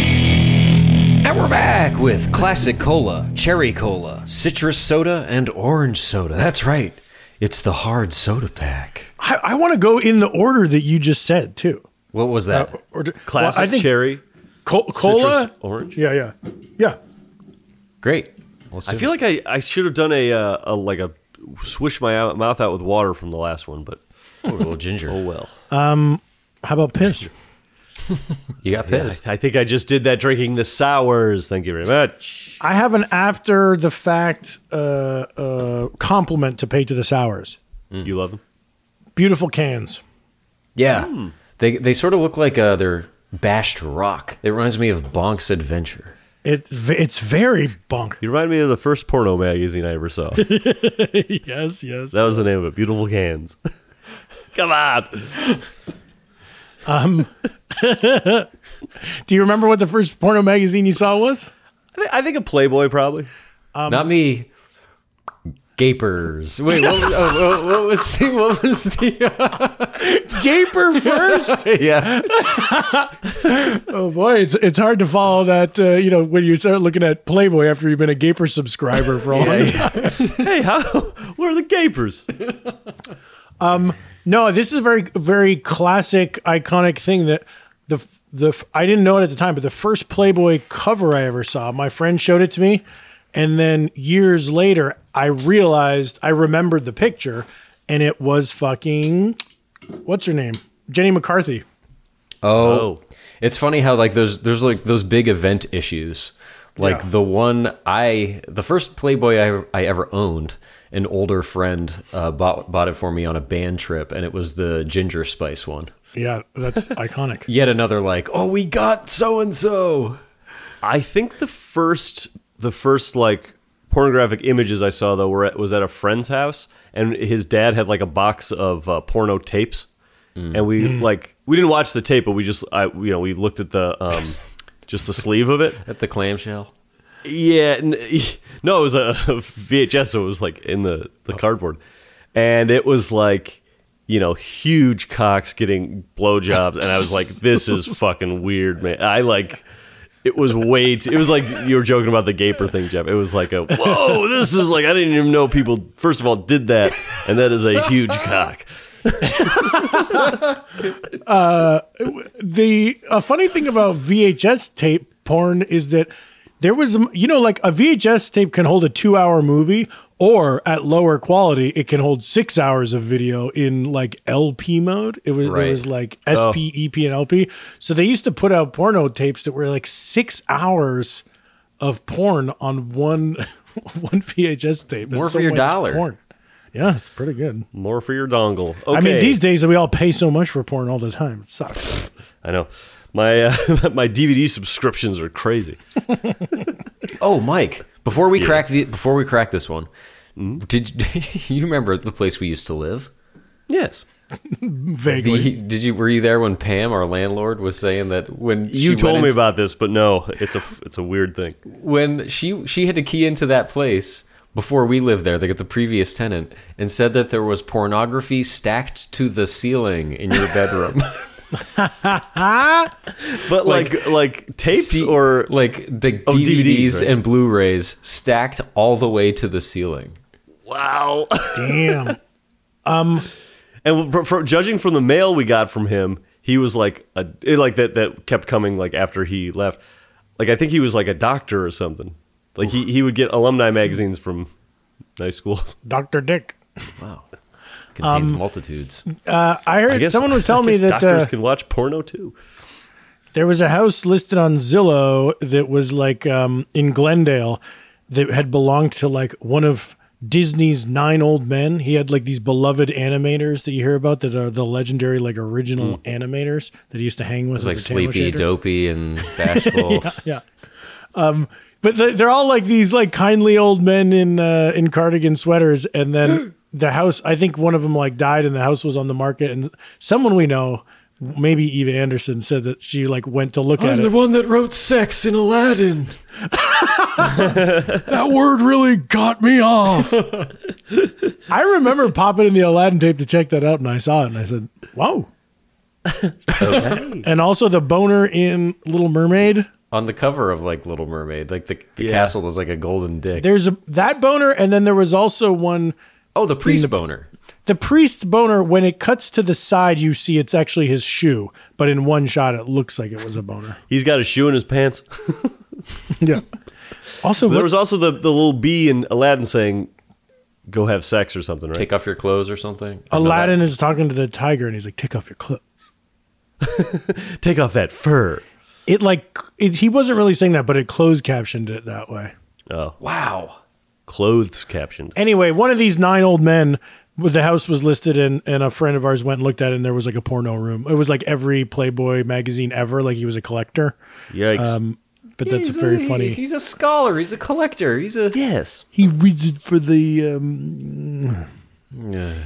A: And we're back with classic cola, cherry cola, citrus soda, and orange soda. That's right. It's the hard soda pack.
C: I, I want to go in the order that you just said too.
A: What was that?
C: Or do-
B: Classic
C: well, I think
B: cherry,
C: co- cola.
B: citrus, orange.
C: Yeah, yeah, yeah.
A: Great. Let's do
B: I feel like I, I should have done a, uh, a like a swish my out- mouth out with water from the last one, but
A: it. a little ginger.
B: oh well.
C: How about piss?
A: You got pissed.
B: I think I just did that drinking the sours. Thank you very much.
C: I have an after the fact uh, uh, compliment to pay to the sours.
B: You love them.
C: Beautiful cans.
A: Yeah. They, they sort of look like uh, they're bashed rock. It reminds me of Bonk's Adventure.
C: It, it's very bunk.
B: You remind me of the first porno magazine I ever saw. That
C: yes, yes.
B: was the name of it. Beautiful cans. Come on.
C: Do you remember what the first porno magazine you saw was?
B: I thi- I think a Playboy probably.
A: Not me. Gapers. Wait, what was, oh, what- what was the? What was the?
C: Gaper first.
A: yeah,
C: oh boy, it's it's hard to follow that. Uh, you know, when you start looking at Playboy after you've been a Gaper subscriber for all.
B: Hey, how? Where are the gapers?
C: No, this is a very very classic, iconic thing that the the I didn't know it at the time, but the first Playboy cover I ever saw, my friend showed it to me, and then years later, I realized I remembered the picture, and it was fucking what's her name, Jenny McCarthy.
B: Oh.
A: it's funny how like those there's like those big event issues. Like
C: Yeah.
A: the one I, the first Playboy I, I ever owned, an older friend uh, bought bought it for me on a band trip, and it was the ginger spice one.
C: Yeah, that's iconic.
A: Yet another like, oh, we got so and so.
B: I think the first the first like pornographic images I saw though were at, was at a friend's house, and his dad had like a box of uh, porno tapes, and we like we didn't watch the tape, but we just I you know we looked at the um, just the sleeve of it.
A: At the clamshell.
B: Yeah, n- no, it was a VHS, so it was like in the the
C: Oh.
B: cardboard, and it was like. You know, huge cocks getting blowjobs, and I was like, "This is fucking weird, man." I like, it was way too. It was like you were joking about the gaper thing, Jeff. It was like a whoa. This is like I didn't even know people. First of all, did that, and that is a huge cock.
C: the a funny thing about VHS tape porn is that there was you know like a VHS tape can hold a 2-hour movie or at lower quality it can hold 6 hours of video in like LP mode it was
A: Right. Oh.
C: there was like SP EP and LP so they used to put out porno tapes that were like 6 hours of porn on one one VHS tape That's
A: More
C: so
A: for your
C: much
A: dollar.
C: yeah it's pretty good
B: More for your dongle. Okay.
C: I mean these days we all pay so much for porn all the time it sucks
B: I know my uh, my DVD subscriptions are crazy.
A: Oh, Mike, before we crack the before we crack this one, Hmm? did you remember the place we used to live?
B: Yes.
C: vaguely
A: The, did you were you there when Pam, our landlord, was saying that when she
B: You
A: went
B: told me
A: into-
B: about this, but no, it's a it's a weird thing.
A: when she she had to key into that place before we lived there, they got the previous tenant and said that there was pornography stacked to the ceiling in your bedroom,
B: But like like, tapes
A: See-
B: or
A: like the
B: Oh,
A: DVDs
B: DVDs, right.
A: and Blu-rays stacked all the way to the ceiling.
B: wow.
C: damn
B: And from, from judging from the mail we got from him, he was like a it- like that that kept coming like after he left. Like I think he was like a doctor or something. Like he, he would get alumni magazines from nice schools.
C: Dr. Dick.
A: Wow, contains multitudes.
C: Uh, I heard
B: I guess
C: someone was telling
B: I
C: me
B: guess
C: that
B: doctors
C: uh,
B: can watch porno too.
C: there was a house listed on Zillow that was like um, in Glendale that had belonged to like one of Disney's nine old men. He had like these beloved animators that you hear about that are the legendary like original animators that he used to hang
A: It's
C: with.
A: like
C: as a tam o'
A: sleepy,
C: shanter.
A: dopey, and bashful.
C: Yeah. Um, but they- they're all like these like kindly old men in uh, in cardigan sweaters, and then the house. I think one of them like died, and the house was on the market. And someone we know, maybe Eva Anderson, said that she like went to look at it.
A: one that wrote sex in Aladdin.
C: that word really got me off. I remember popping in the Aladdin tape to check that out, and I saw it, and I said, "Wow." and also the boner in Little Mermaid.
A: On the cover of like Little Mermaid, like the, the
B: Yeah.
A: castle was like a golden dick.
C: There's a, that boner, and then there was also one
A: oh, the priest boner.
C: The priest's boner, when it cuts to the side, you see it's actually his shoe, but in one shot, it looks like it was a boner.
B: He's got a shoe in his pants.
C: yeah. Also,
B: There
C: what-
B: was also the, the little bee in Aladdin saying, "Go have sex" or something, right?
A: Take off your clothes or something. I know that-
C: Aladdin is talking to the tiger, and he's like, "Take off your clip."
B: Take off that fur.
C: It like it, he wasn't really saying that, but it closed captioned it that way.
B: Oh,
A: Wow.
B: clothes captioned.
C: Anyway, one of these nine old men. with The house was listed, and and a friend of ours went and looked at it, and there was like a porno room. It was like every Playboy magazine ever. Like he was a collector,
B: Yikes!
C: but that's a very funny.
A: He's a scholar. He's a collector. He's a.
B: yes,
C: he reads it for the um,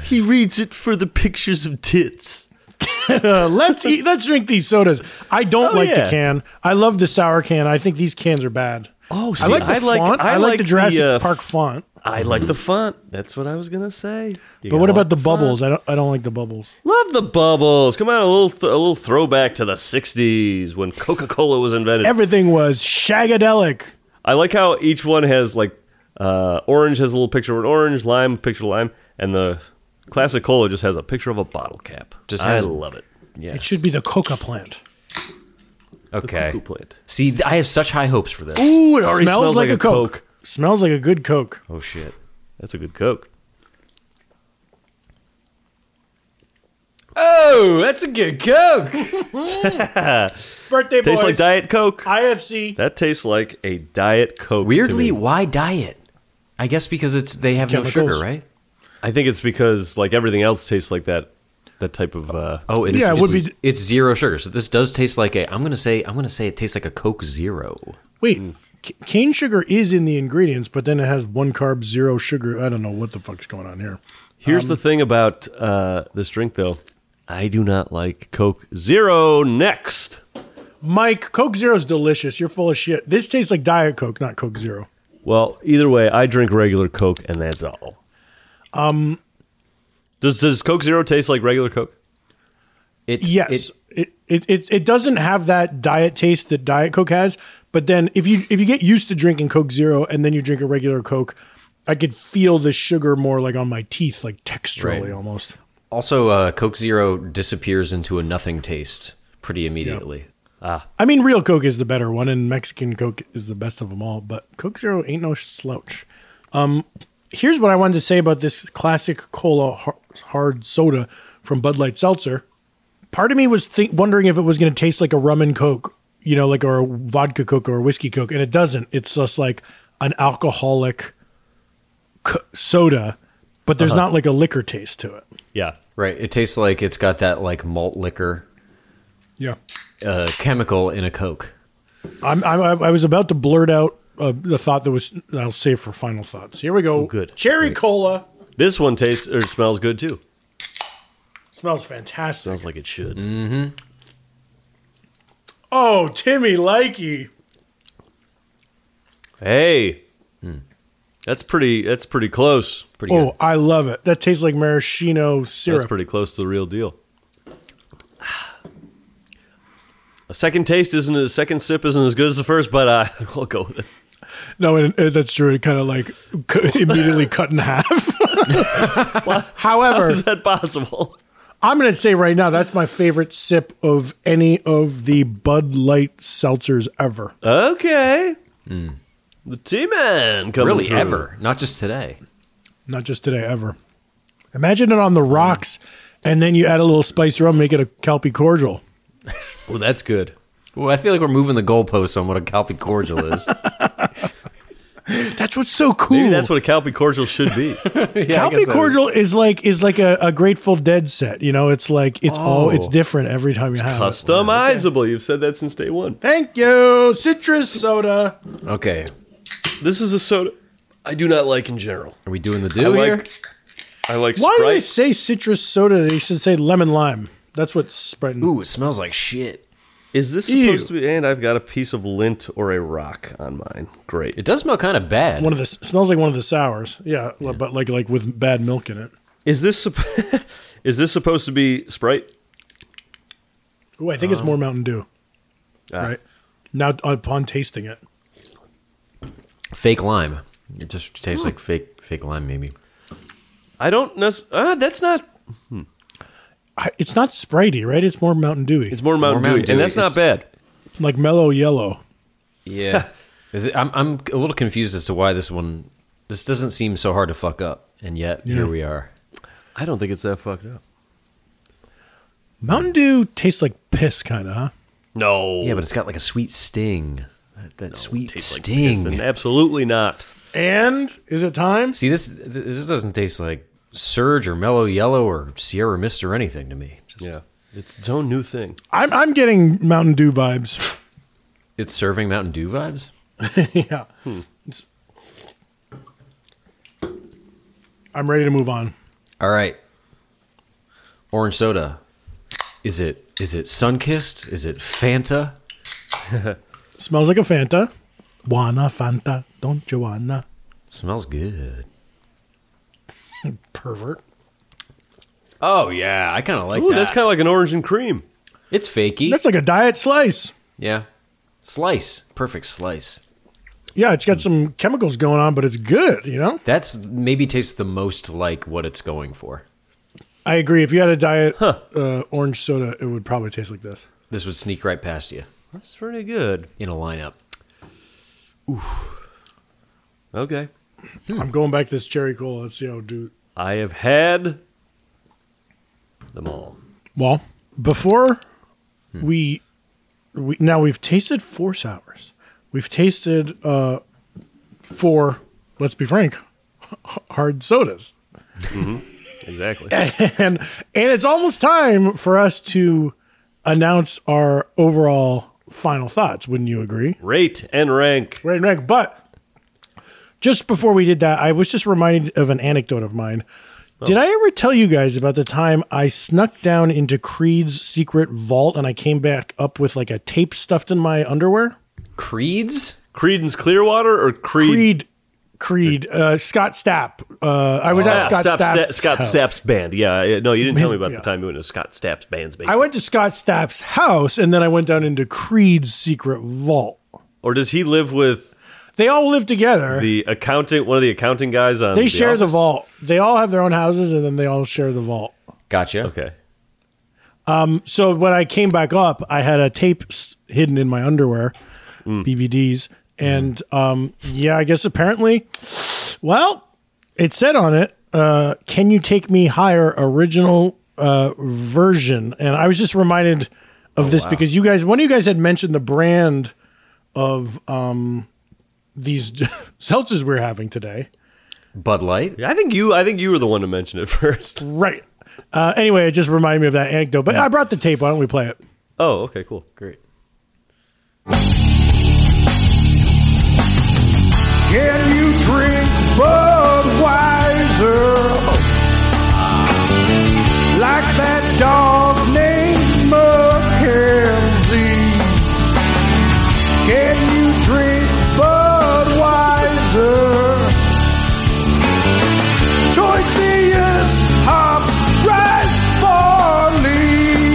B: he reads it for the pictures of tits.
C: Uh, let's eat, let's drink these sodas. I don't
B: Oh,
C: like the
B: yeah.
C: can. I love the sour can. I think these cans are bad.
B: Oh,
C: I like the font. I, like, the Jurassic
B: uh,
C: Park font.
B: I like the font. That's what I was gonna say. You
C: But what
B: gotta
C: about the
B: like font.
C: bubbles? I don't. I don't like the bubbles.
B: Love the bubbles. Come on, a little th- a little throwback to the '60s when Coca-Cola was invented.
C: Everything was shagadelic.
B: I like how each one has like uh, orange has a little picture of an orange, lime picture of lime, and the classic cola just has a picture of a bottle cap.
A: Just
B: Just I
A: has-
B: love it. Yeah,
C: It should be the coca plant.
A: Okay.
B: cuckoo plant.
A: See, th- I have such high hopes for this.
B: Ooh, it
C: Smells, like, a coke. Smells like a good coke.
A: Oh, shit.
B: That's a good Coke.
A: Oh, that's a good Coke.
C: Birthday boys.
B: Tastes like Diet Coke.
C: IFC.
B: That tastes like a Diet Coke. to
A: Weirdly,
B: me.
A: why diet? I guess because it's they have no
C: Chemicals.
A: sugar, right?
B: I think it's because like everything else tastes like that. That type of uh,
A: Oh, it's,
C: Yeah, it would
A: it's-
C: be-
A: it's zero sugar. So this does taste like a. I'm gonna say. I'm gonna say it tastes like a Coke Zero.
C: Wait, c- cane sugar is in the ingredients, but then it has one carb, zero sugar. I don't know what the fuck's going on here.
B: Here's the thing about uh, this drink, though. I do not like Coke Zero. Next,
C: Mike, Coke Zero's delicious. You're full of shit. This tastes like Diet Coke, not Coke Zero.
B: well, either way, I drink regular Coke, and that's all. Um, does does Coke Zero taste like regular Coke?
A: It's
C: Yes.
A: it-
C: It, it, it, it doesn't have that diet taste that Diet Coke has, but then if you if you get used to drinking Coke Zero and then you drink a regular Coke, I could feel the sugar more like on my teeth, like texturally
A: Right.
C: almost.
A: also, uh, Coke Zero disappears into a nothing taste pretty immediately.
C: I mean, real Coke is the better one, and Mexican Coke is the best of them all. But Coke Zero ain't no slouch. Um, here's what I wanted to say about this classic cola har- hard soda from Bud Light Seltzer. Part of me was thi- wondering if it was going to taste like a rum and Coke, you know, like or a vodka Coke or a whiskey Coke, and it doesn't. It's just like an alcoholic c- soda, but there's not like a liquor taste to it.
B: Yeah,
A: Right. It tastes like it's got that like malt liquor
C: Yeah.
A: uh, chemical in a Coke.
C: I'm, I'm, I was about to blurt out uh, the thought that was I'll save for final thoughts. Here we go.
B: Oh, good.
C: Cherry cola
B: this one tastes or smells good too.
C: smells fantastic.
B: Smells like it should.
C: oh, Timmy Likey.
B: Hey, that's pretty. That's pretty close.
A: Pretty
C: Oh, I love it. That tastes like maraschino
B: That's
C: syrup.
B: pretty close to the real deal. A second taste isn't a second sip isn't as good as the first, but uh, I'll go with it.
C: no, and, uh, that's true. It kind of like c- immediately cut in half. However,
B: Is that possible?
C: I'm going to say right now that's my favorite sip of any of the Bud Light seltzers ever.
B: Okay. Hmm. The T Man
A: good.
B: coming
A: Really,
B: through.
A: ever. Not just today.
C: Not just today, ever. Imagine it on the rocks, and then you add a little spice rum, make it a Calpe cordial.
B: Oh, that's good.
A: Well, I feel like we're moving the goalposts on what a Calpe cordial is.
C: That's what's so cool.
B: Maybe that's what a Calpe cordial should be.
A: I guess
C: Calpe
A: that is-
C: cordial is. like is like a, a Grateful Dead set. You know, it's like it's all it's different every time you have it.
B: Customizable. You've said that since day one.
C: Thank you, citrus soda.
A: Okay.
B: This is a soda I do not like in general.
A: Are we doing the
B: I
A: do here?
B: like. I like
C: Why do they
B: Sprite.
C: say citrus soda? They should say lemon lime. That's what Sprite.
A: Ooh, it smells like shit.
B: Is this
C: Ew.
B: supposed to be? And I've got a piece of lint or a rock on mine. Great.
A: It does smell kind of bad.
C: One of the smells like one of the sours. Yeah, but like like with bad milk in it.
B: Is this sup- is this supposed to be Sprite?
C: Ooh, I think it's more Mountain Dew. right now, upon tasting it,
A: fake lime. It just tastes like fake fake lime, maybe.
B: I don't necess- uh, that's not
C: I, it's not Spritey, right? It's more Mountain Dewy,
B: it's more Mountain,
A: Mountain
B: Dew, and
A: Dew,
B: that's not
A: it's-
B: bad.
C: like mellow yellow.
A: Yeah. I'm I'm a little confused as to why this one this doesn't seem so hard to fuck up, and yet
C: Yeah.
A: here we are.
B: I don't think it's that fucked up.
C: Mountain Dew tastes like piss, kind of, huh?
B: No.
A: Yeah, but it's got like a sweet sting. That, that sweet
B: Tastes like
A: sting.
B: piss, and absolutely not.
C: And is it time?
A: See this this doesn't taste like Surge or Mellow Yellow or Sierra Mist or anything to me. Just,
B: Yeah. It's its own new thing.
C: I'm I'm getting Mountain Dew vibes.
A: It's serving Mountain Dew vibes.
C: yeah. It's- I'm ready to move on.
A: All right. Orange soda. Is it is it Sunkist? Is it Fanta?
C: Smells like a Fanta. Wanna Fanta, don't you wanna?
A: Smells good.
C: Pervert.
A: Oh yeah, I kind of like
B: Ooh,
A: that.
B: that's kind of like an orange and cream.
A: it's fakey.
C: That's like a diet slice.
A: yeah. Slice. Perfect slice.
C: Yeah, it's got some chemicals going on, but it's good, you know?
A: That's maybe tastes the most like what it's going for.
C: I agree. If you had a diet uh, orange soda, it would probably taste like this.
A: This would sneak right past you
B: That's pretty good.
A: in a lineup.
B: Okay.
C: I'm going back to this cherry cola. Let's see how it do.
B: I have had them all.
C: Well, before we, we now we've tasted four sours. We've tasted uh, four. Let's be frank, h- hard sodas,
B: Exactly.
C: and and it's almost time for us to announce our overall final thoughts. Wouldn't you agree?
B: Rate and rank.
C: Right, right. But just before we did that, I was just reminded of an anecdote of mine. Did I ever tell you guys about the time I snuck down into Creed's secret vault and I came back up with like a tape stuffed in my underwear?
A: Creeds?
B: Creedence Clearwater or Creed?
C: Creed, Creed, uh, Scott Stapp. Uh, I was at
B: Ah,
C: Scott
B: Stapp- Sta-
C: Stapp's
B: Scott
C: house.
B: Stapp's band. Yeah, yeah, no, you didn't tell me about
C: yeah.
B: the time you went to Scott Stapp's band's band.
C: I went to Scott Stapp's house and then I went down into Creed's secret vault.
B: or does he live with
C: They all live together.
B: the accountant? One of the accounting guys on.
C: they share the
B: Office?
C: vault. They all have their own houses and then they all share the vault.
A: Gotcha.
B: Okay.
C: so when I came back up, I had a tape s- hidden in my underwear, DVDs, and um, yeah, I guess apparently, well, it said on it, uh, "Can you take me higher?" Original uh, version, and I was just reminded of this because you guys, one of you guys had mentioned the brand of um, these seltzers we're having today.
A: Bud Light?
B: Yeah, I think you. I think you were the one to mention it first.
C: Right. Uh, anyway, it just reminded me of that anecdote. But I brought the tape. Why don't we play it?
B: Oh, okay, cool.
A: Great.
E: Can you drink Budweiser like that dog named Mackenzie? Can you drink Budweiser? Choicest hops, rice, barley.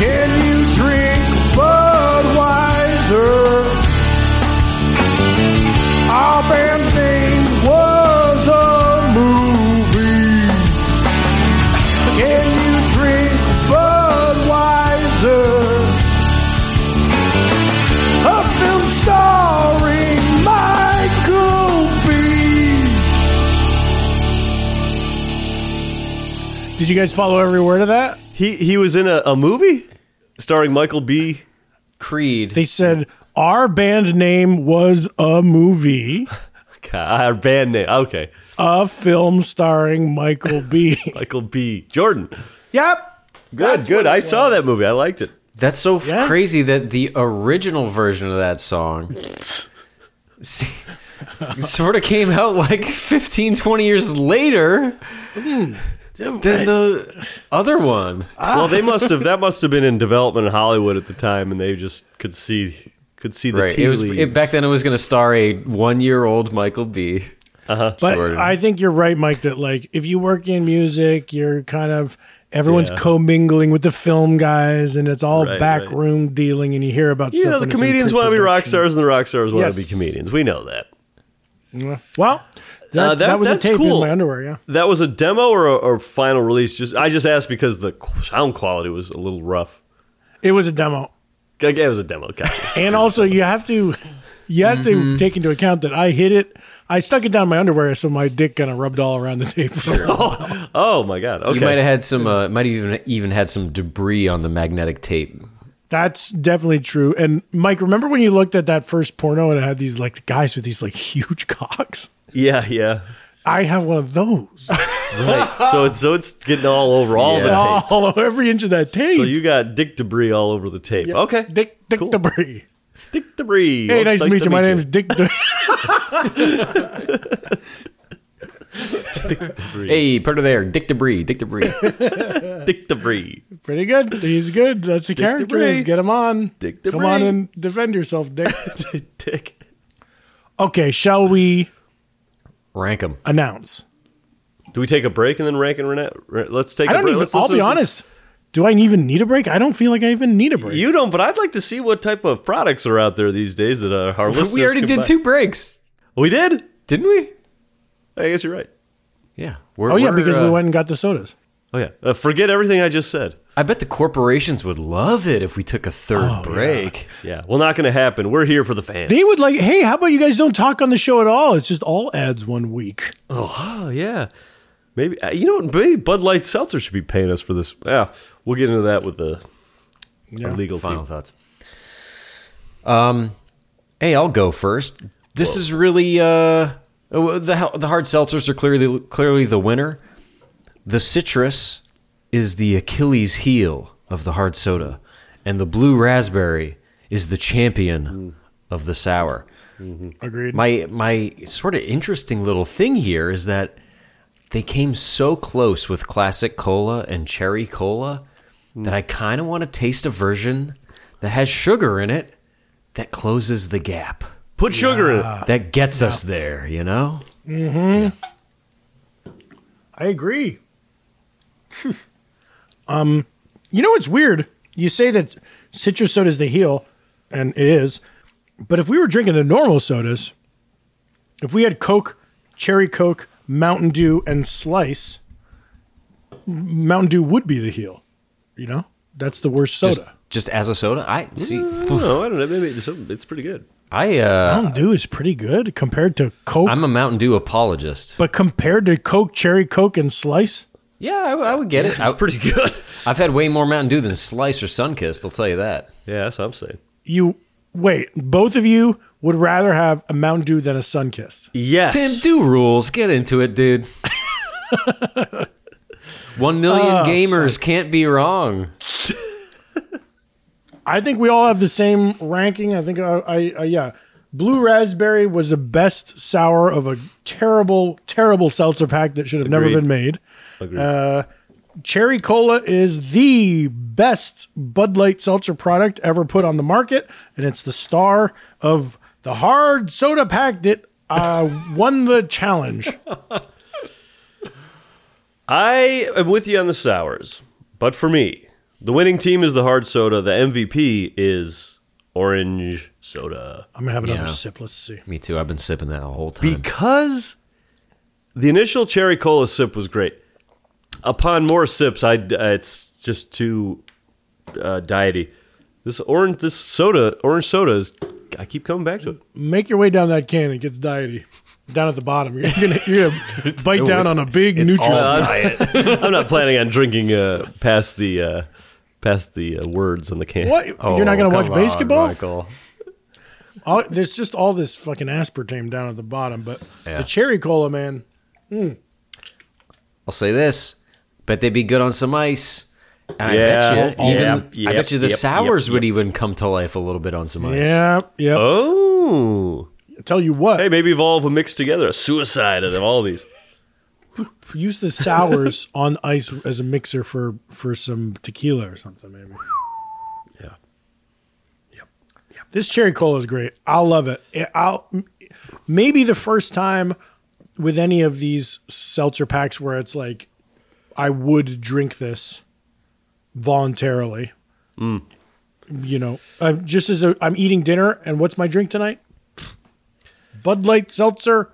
E: Can you drink Budweiser? Our band name was a movie. Can you drink Budweiser? A film starring Michael B.
C: Did you guys follow every word of that?
B: He he was in a, a movie starring Michael B.
A: Creed.
C: They said our band name was a movie,
B: God, our band name. Okay,
C: a film starring Michael B.
B: Michael B. Jordan.
C: yep.
B: Good, good. I saw that movie. I liked it.
A: That's so f-
C: Yeah.
A: crazy that the original version of that song s- sort of came out like 15, 20 years later
B: Hmm.
A: than the other one.
C: Ah.
B: Well, they must have. That must have been in development in Hollywood at the time, and they just could see could see the
A: Right.
B: tea
A: It was
B: leaves.
A: it, back then. It was going to star a one-year-old Michael B.
C: But
A: Jordan.
C: I think you're right, Mike, that like if you work in music, you're kind of everyone's
B: Yeah.
C: commingling with the film guys and it's all
B: Right, right.
C: backroom dealing and you hear about
B: You
C: stuff.
B: know, the
C: when it's in
B: comedians want to be rock
C: pre-production.
B: stars, and the rock stars want to be
C: Yes.
B: comedians. We know that.
C: Well, that,
B: Uh, that-
C: that was a
B: that's
C: tape
B: cool.
C: in my underwear, yeah.
B: That was a demo or a or final release. Just I just asked because the qu- sound quality was a little rough.
C: It was a demo.
B: It was a demo. Gotcha.
C: And also, you have to you have
B: Mm-hmm.
C: to take into account that I hit it. I stuck it down my underwear, so my dick kind of rubbed all around the tape.
B: oh my god. Okay.
A: You might have had some. Uh, might have even even had some debris on the magnetic tape.
C: That's definitely true. And Mike, remember when you looked at that first porno and it had these like guys with these like huge cocks?
B: yeah, yeah.
C: I have one of those.
B: Right. so it's so it's getting all over all the tape.
C: all over every inch of that tape.
B: So you got dick debris all over the tape. Okay.
C: Oh, Dick Dick
B: Cool.
C: debris.
B: Dick debris.
C: Hey,
B: Well,
C: nice, to meet you. My name's Dick. De-
A: Hey, put her there. Dick debris. Dick debris.
B: Dick debris.
C: Pretty good. He's good. That's a character.
B: debris.
C: Is. Get him on.
B: Dick
C: Come on
B: debris.
C: and defend yourself, Dick.
B: Dick.
C: okay, shall we
A: Rank them.
C: announce?
B: Do we take a break and then rank and Renette? Re- Let's take.
C: I
B: a
C: don't
B: break.
C: even.
B: Let's
C: I'll
B: listen
C: be
B: to some-
C: honest. Do I even need a break? I don't feel like I even need a break.
B: You don't, but I'd like to see what type of products are out there these days that uh, our, our listeners.
A: We already
B: can
A: did
B: buy.
A: two breaks,
B: We did.
A: didn't we?
B: I guess you're right.
A: Yeah. We're,
C: oh yeah,
A: we're,
C: because we
A: uh,
C: went and got the sodas.
B: Oh yeah. Uh, forget everything I just said.
A: I bet the corporations would love it if we took a third
C: Oh,
A: break.
B: Yeah. Well, not going to happen. We're here for the fans.
C: They would like, hey, how about you guys don't talk on the show at all? It's just all ads one week.
B: oh yeah. Maybe uh, you know. what? Maybe Bud Light Seltzer should be paying us for this. Yeah. We'll get into that with the our legal
A: Final
B: team.
A: thoughts. Um, hey, I'll go first. This is really uh oh, the hel- the hard seltzers are clearly clearly the winner. The citrus is the Achilles heel of the hard soda, and the blue raspberry is the champion of the sour.
C: Agreed.
A: My my sort of interesting little thing here is that they came so close with classic cola and cherry cola that I kind of want to taste a version that has sugar in it that closes the gap.
B: Put sugar in it.
A: That gets us there, you know?
C: I agree. um, you know what's weird? You say that citrus soda is the heel, and it is. But if we were drinking the normal sodas, if we had Coke, Cherry Coke, Mountain Dew, and Slice, Mountain Dew would be the heel. You know, that's the worst soda.
A: Just just as a soda. I see
B: No, I don't know. Maybe it's, it's pretty good.
A: I uh
C: Mountain Dew is pretty good compared to Coke,
A: I'm a Mountain Dew apologist.
C: but compared to Coke, Cherry Coke, and Slice,
A: Yeah, I, I would get it. I,
B: It's pretty good.
A: I've had way more Mountain Dew than Slice or Sunkist. I'll tell you that.
B: Yeah, that's what I'm saying.
C: you wait. Both of you would rather have a Mountain Dew than a Sunkist.
B: Yes.
A: Tim, do rules. Get into it, dude. One million
B: Ah,
A: gamers can't be wrong.
C: I think we all have the same ranking. I think I, I, I yeah. Blue raspberry was the best sour of a terrible, terrible seltzer pack that should have never
B: Agreed.
C: been made.
B: Agreed.
C: Cherry Cola is the best Bud Light seltzer product ever put on the market, and it's the star of the hard soda pack that uh, won the challenge.
B: I am with you on the sours, but for me, the winning team is the hard soda. The MVP is orange soda
C: I'm gonna have another
A: Yeah.
C: sip. Let's see.
A: Me too. I've been sipping that the whole time.
B: because the initial cherry cola sip was great. Upon more sips, I uh, it's just too uh, diety. This orange, this soda, orange soda is. I keep coming back to it.
C: Make your way down that can and get the diety down at the bottom. You're gonna, you're gonna bite down on a big nutrient.
B: Uh, I'm, I'm not planning on drinking uh, past the uh, past the uh, words on the can.
C: What? You're not
A: Oh,
C: going to watch
A: come on,
C: basketball?
A: Michael.
C: All, there's just all this fucking aspartame down at the bottom, but
A: Yeah.
C: the cherry cola, man.
A: I'll say this: bet they'd be good on some ice. And I
B: Yeah. Oh,
A: bet you, even,
B: Yep,
A: I bet
B: yep,
A: you the
B: yep,
A: sours
B: yep,
A: would
B: yep.
A: even come to life a little bit on some ice.
C: Yeah, yeah.
B: Oh.
C: Tell you what,
B: Hey, maybe evolve a mix together, a suicide out of all these.
C: use the sours on ice as a mixer for for some tequila or something, maybe.
B: Yeah.
C: This cherry cola is great. I'll love it. It- I'll m- maybe the first time with any of these seltzer packs where it's like I would drink this voluntarily. You know, I'm just as a, I'm eating dinner and what's my drink tonight? Bud Light seltzer,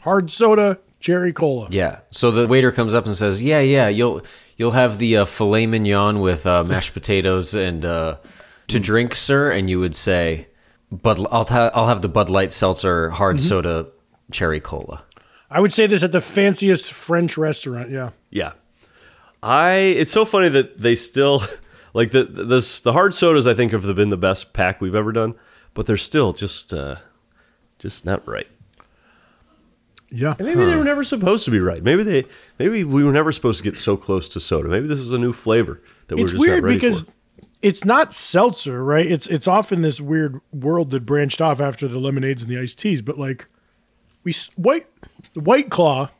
C: hard soda, cherry cola.
A: Yeah. So the waiter comes up and says, "Yeah, yeah, you'll you'll have the uh, filet mignon with uh, mashed potatoes and uh, to drink, sir." And you would say, "But I'll ta- I'll have the Bud Light seltzer, hard soda, cherry cola."
C: I would say this at the fanciest French restaurant. Yeah.
B: Yeah. I it's so funny that they still like the the, this, the hard sodas I think have been the best pack we've ever done, but they're still just uh just not right.
C: Yeah.
B: And maybe they were never supposed to be right. Maybe they maybe we were never supposed to get so close to soda. Maybe this is a new flavor that we're
C: it's
B: just
C: weird
B: not ready
C: because
B: for.
C: it's not seltzer, right? It's it's often this weird world that branched off after the lemonades and the iced teas, but like we s- white White Claw,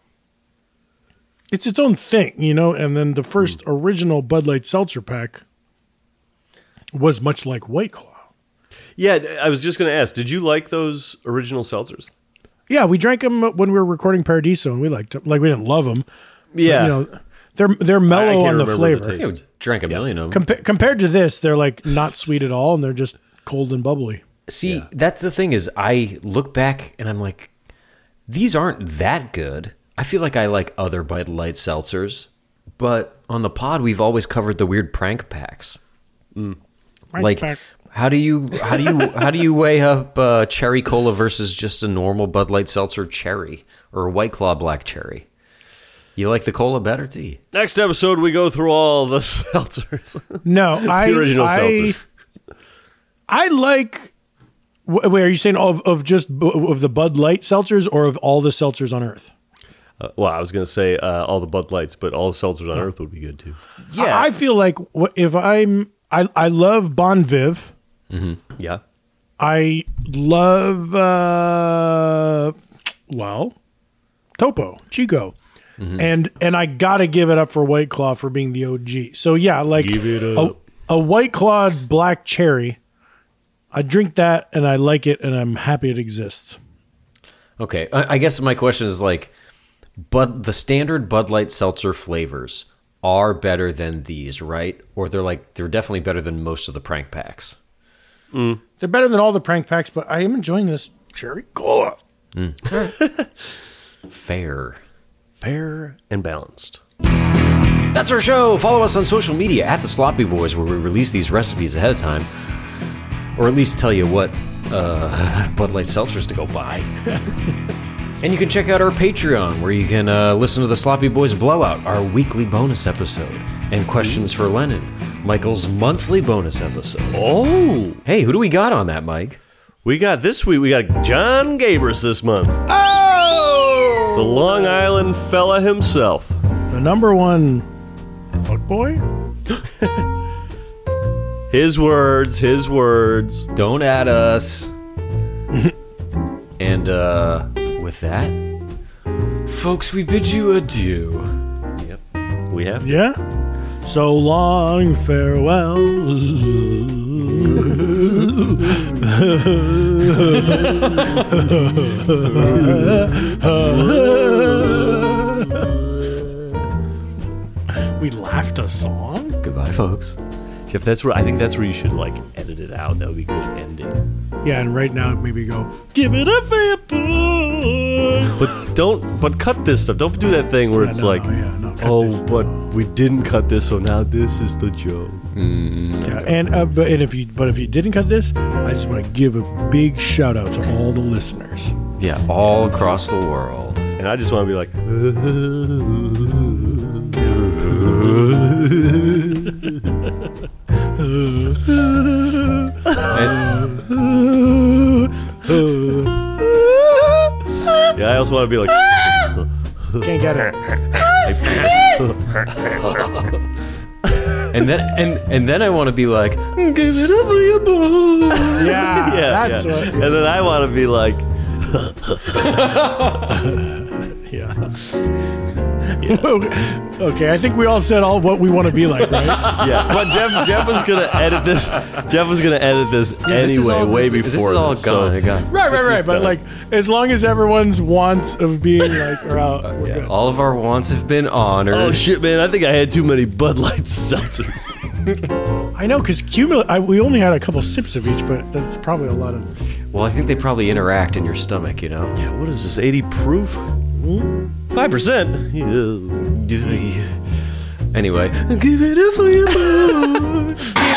C: it's its own thing, you know. And then the first original Bud Light seltzer pack was much like White Claw.
B: Yeah, I was just going to ask, did you like those original seltzers?
C: Yeah, we drank them when we were recording Paradiso, and we liked them. Like we didn't love them.
B: Yeah.
C: you know, they're they're
B: I
C: mellow
B: can't
C: on Oh, the
B: remember
C: flavor.
B: taste.
A: Drank a million of them.
C: Compa- compared to this, they're like not sweet at all, and they're just cold and bubbly.
A: See, that's the thing is I look back and I'm like, these aren't that good. I feel like I like other Bud Light seltzers, but on the pod we've always covered the weird prank packs. like
C: pack.
A: how do you how do you how do you weigh up uh, cherry cola versus just a normal Bud Light seltzer cherry or a White Claw black cherry? You like the cola better, T?
B: Next episode we go through all the seltzers.
C: No, I
B: original
C: I,
B: seltzer.
C: I like. wh- Wait, are you saying of of just bu- of the Bud Light seltzers or of all the seltzers on Earth?
B: Uh, well, I was going to say uh, all the Bud Lights, but all the seltzers on Earth would be good too.
A: Yeah.
C: I, I feel like wh- if I'm I I love Bon Viv.
B: Yeah.
C: I love uh well Topo, Chico.
B: Mm-hmm.
C: And and I gotta give it up for White Claw for being the OG. So yeah, like
B: Give it
C: a,
B: up.
C: a White Claw black cherry. I drink that and I like it and I'm happy it exists.
A: Okay, I, I guess my question is like, but the standard Bud Light seltzer flavors are better than these, right? Or they're like they're definitely better than most of the prank packs.
C: They're better than all the prank packs, but I am enjoying this cherry cola.
A: Fair.
B: Fair and balanced.
A: That's our show. Follow us on social media at the Sloppy Boys, where we release these recipes ahead of time, or at least tell you what uh, Bud Light seltzers to go buy. and you can check out our Patreon, where you can uh, listen to the Sloppy Boys Blowout, our weekly bonus episode, and questions for Lennon, Michael's monthly bonus episode.
B: Oh,
A: Hey, who do we got on that, Mike?
B: we got this week. We got John Gabris this month. Oh,
C: Oh!
B: the Long Island fella himself.
C: The number one fuckboy?
B: His words. His words.
A: Don't at us. and uh, with that, folks, we bid you adieu.
B: We have.
C: Yeah. So long, farewell. we laughed a song?
A: Goodbye, folks.
B: Jeff, that's where I think that's where you should like edit it out. That would be good ending.
C: Yeah, and right now maybe go, give it up for your boy.
B: But don't. But cut this stuff. Don't do that thing where it's
C: no,
B: like,
C: no, yeah, no, cut
B: oh,
C: this,
B: but we didn't cut this, so now this is the joke.
C: Yeah, and uh, but and if you but if you didn't cut this, I just want to give a big shout out to all the listeners.
A: Yeah, all across the world.
B: And I just want to be like, yeah. I also want to be like,
C: Can't get it.
A: And then and and then I want to be like, give it up for your boy.
C: Yeah,
B: yeah,
C: that's
B: yeah.
C: what.
B: and then I want to be like,
C: Yeah. okay, I think we all said all what we want to be like, right?
B: yeah. But Jeff, Jeff was gonna edit this. Jeff was gonna edit this
A: this is
B: anyway,
A: all-
B: way
A: this is- this
B: before.
A: is all
B: this, so-
A: gone, gone.
C: right, right, right. But
B: done.
C: like, as long as everyone's wants of being like are out,
B: Uh,
C: we're good.
A: All of our wants have been honored.
B: Oh shit, man! I think I had too many Bud Light seltzers.
C: I know because cumulative. I, we only had a couple sips of each, but that's probably a lot of.
A: well, I think they probably interact in your stomach, you know.
B: Yeah, what is this? 80 proof? Hmm? Five percent.
A: Anyway, give it up for your boy.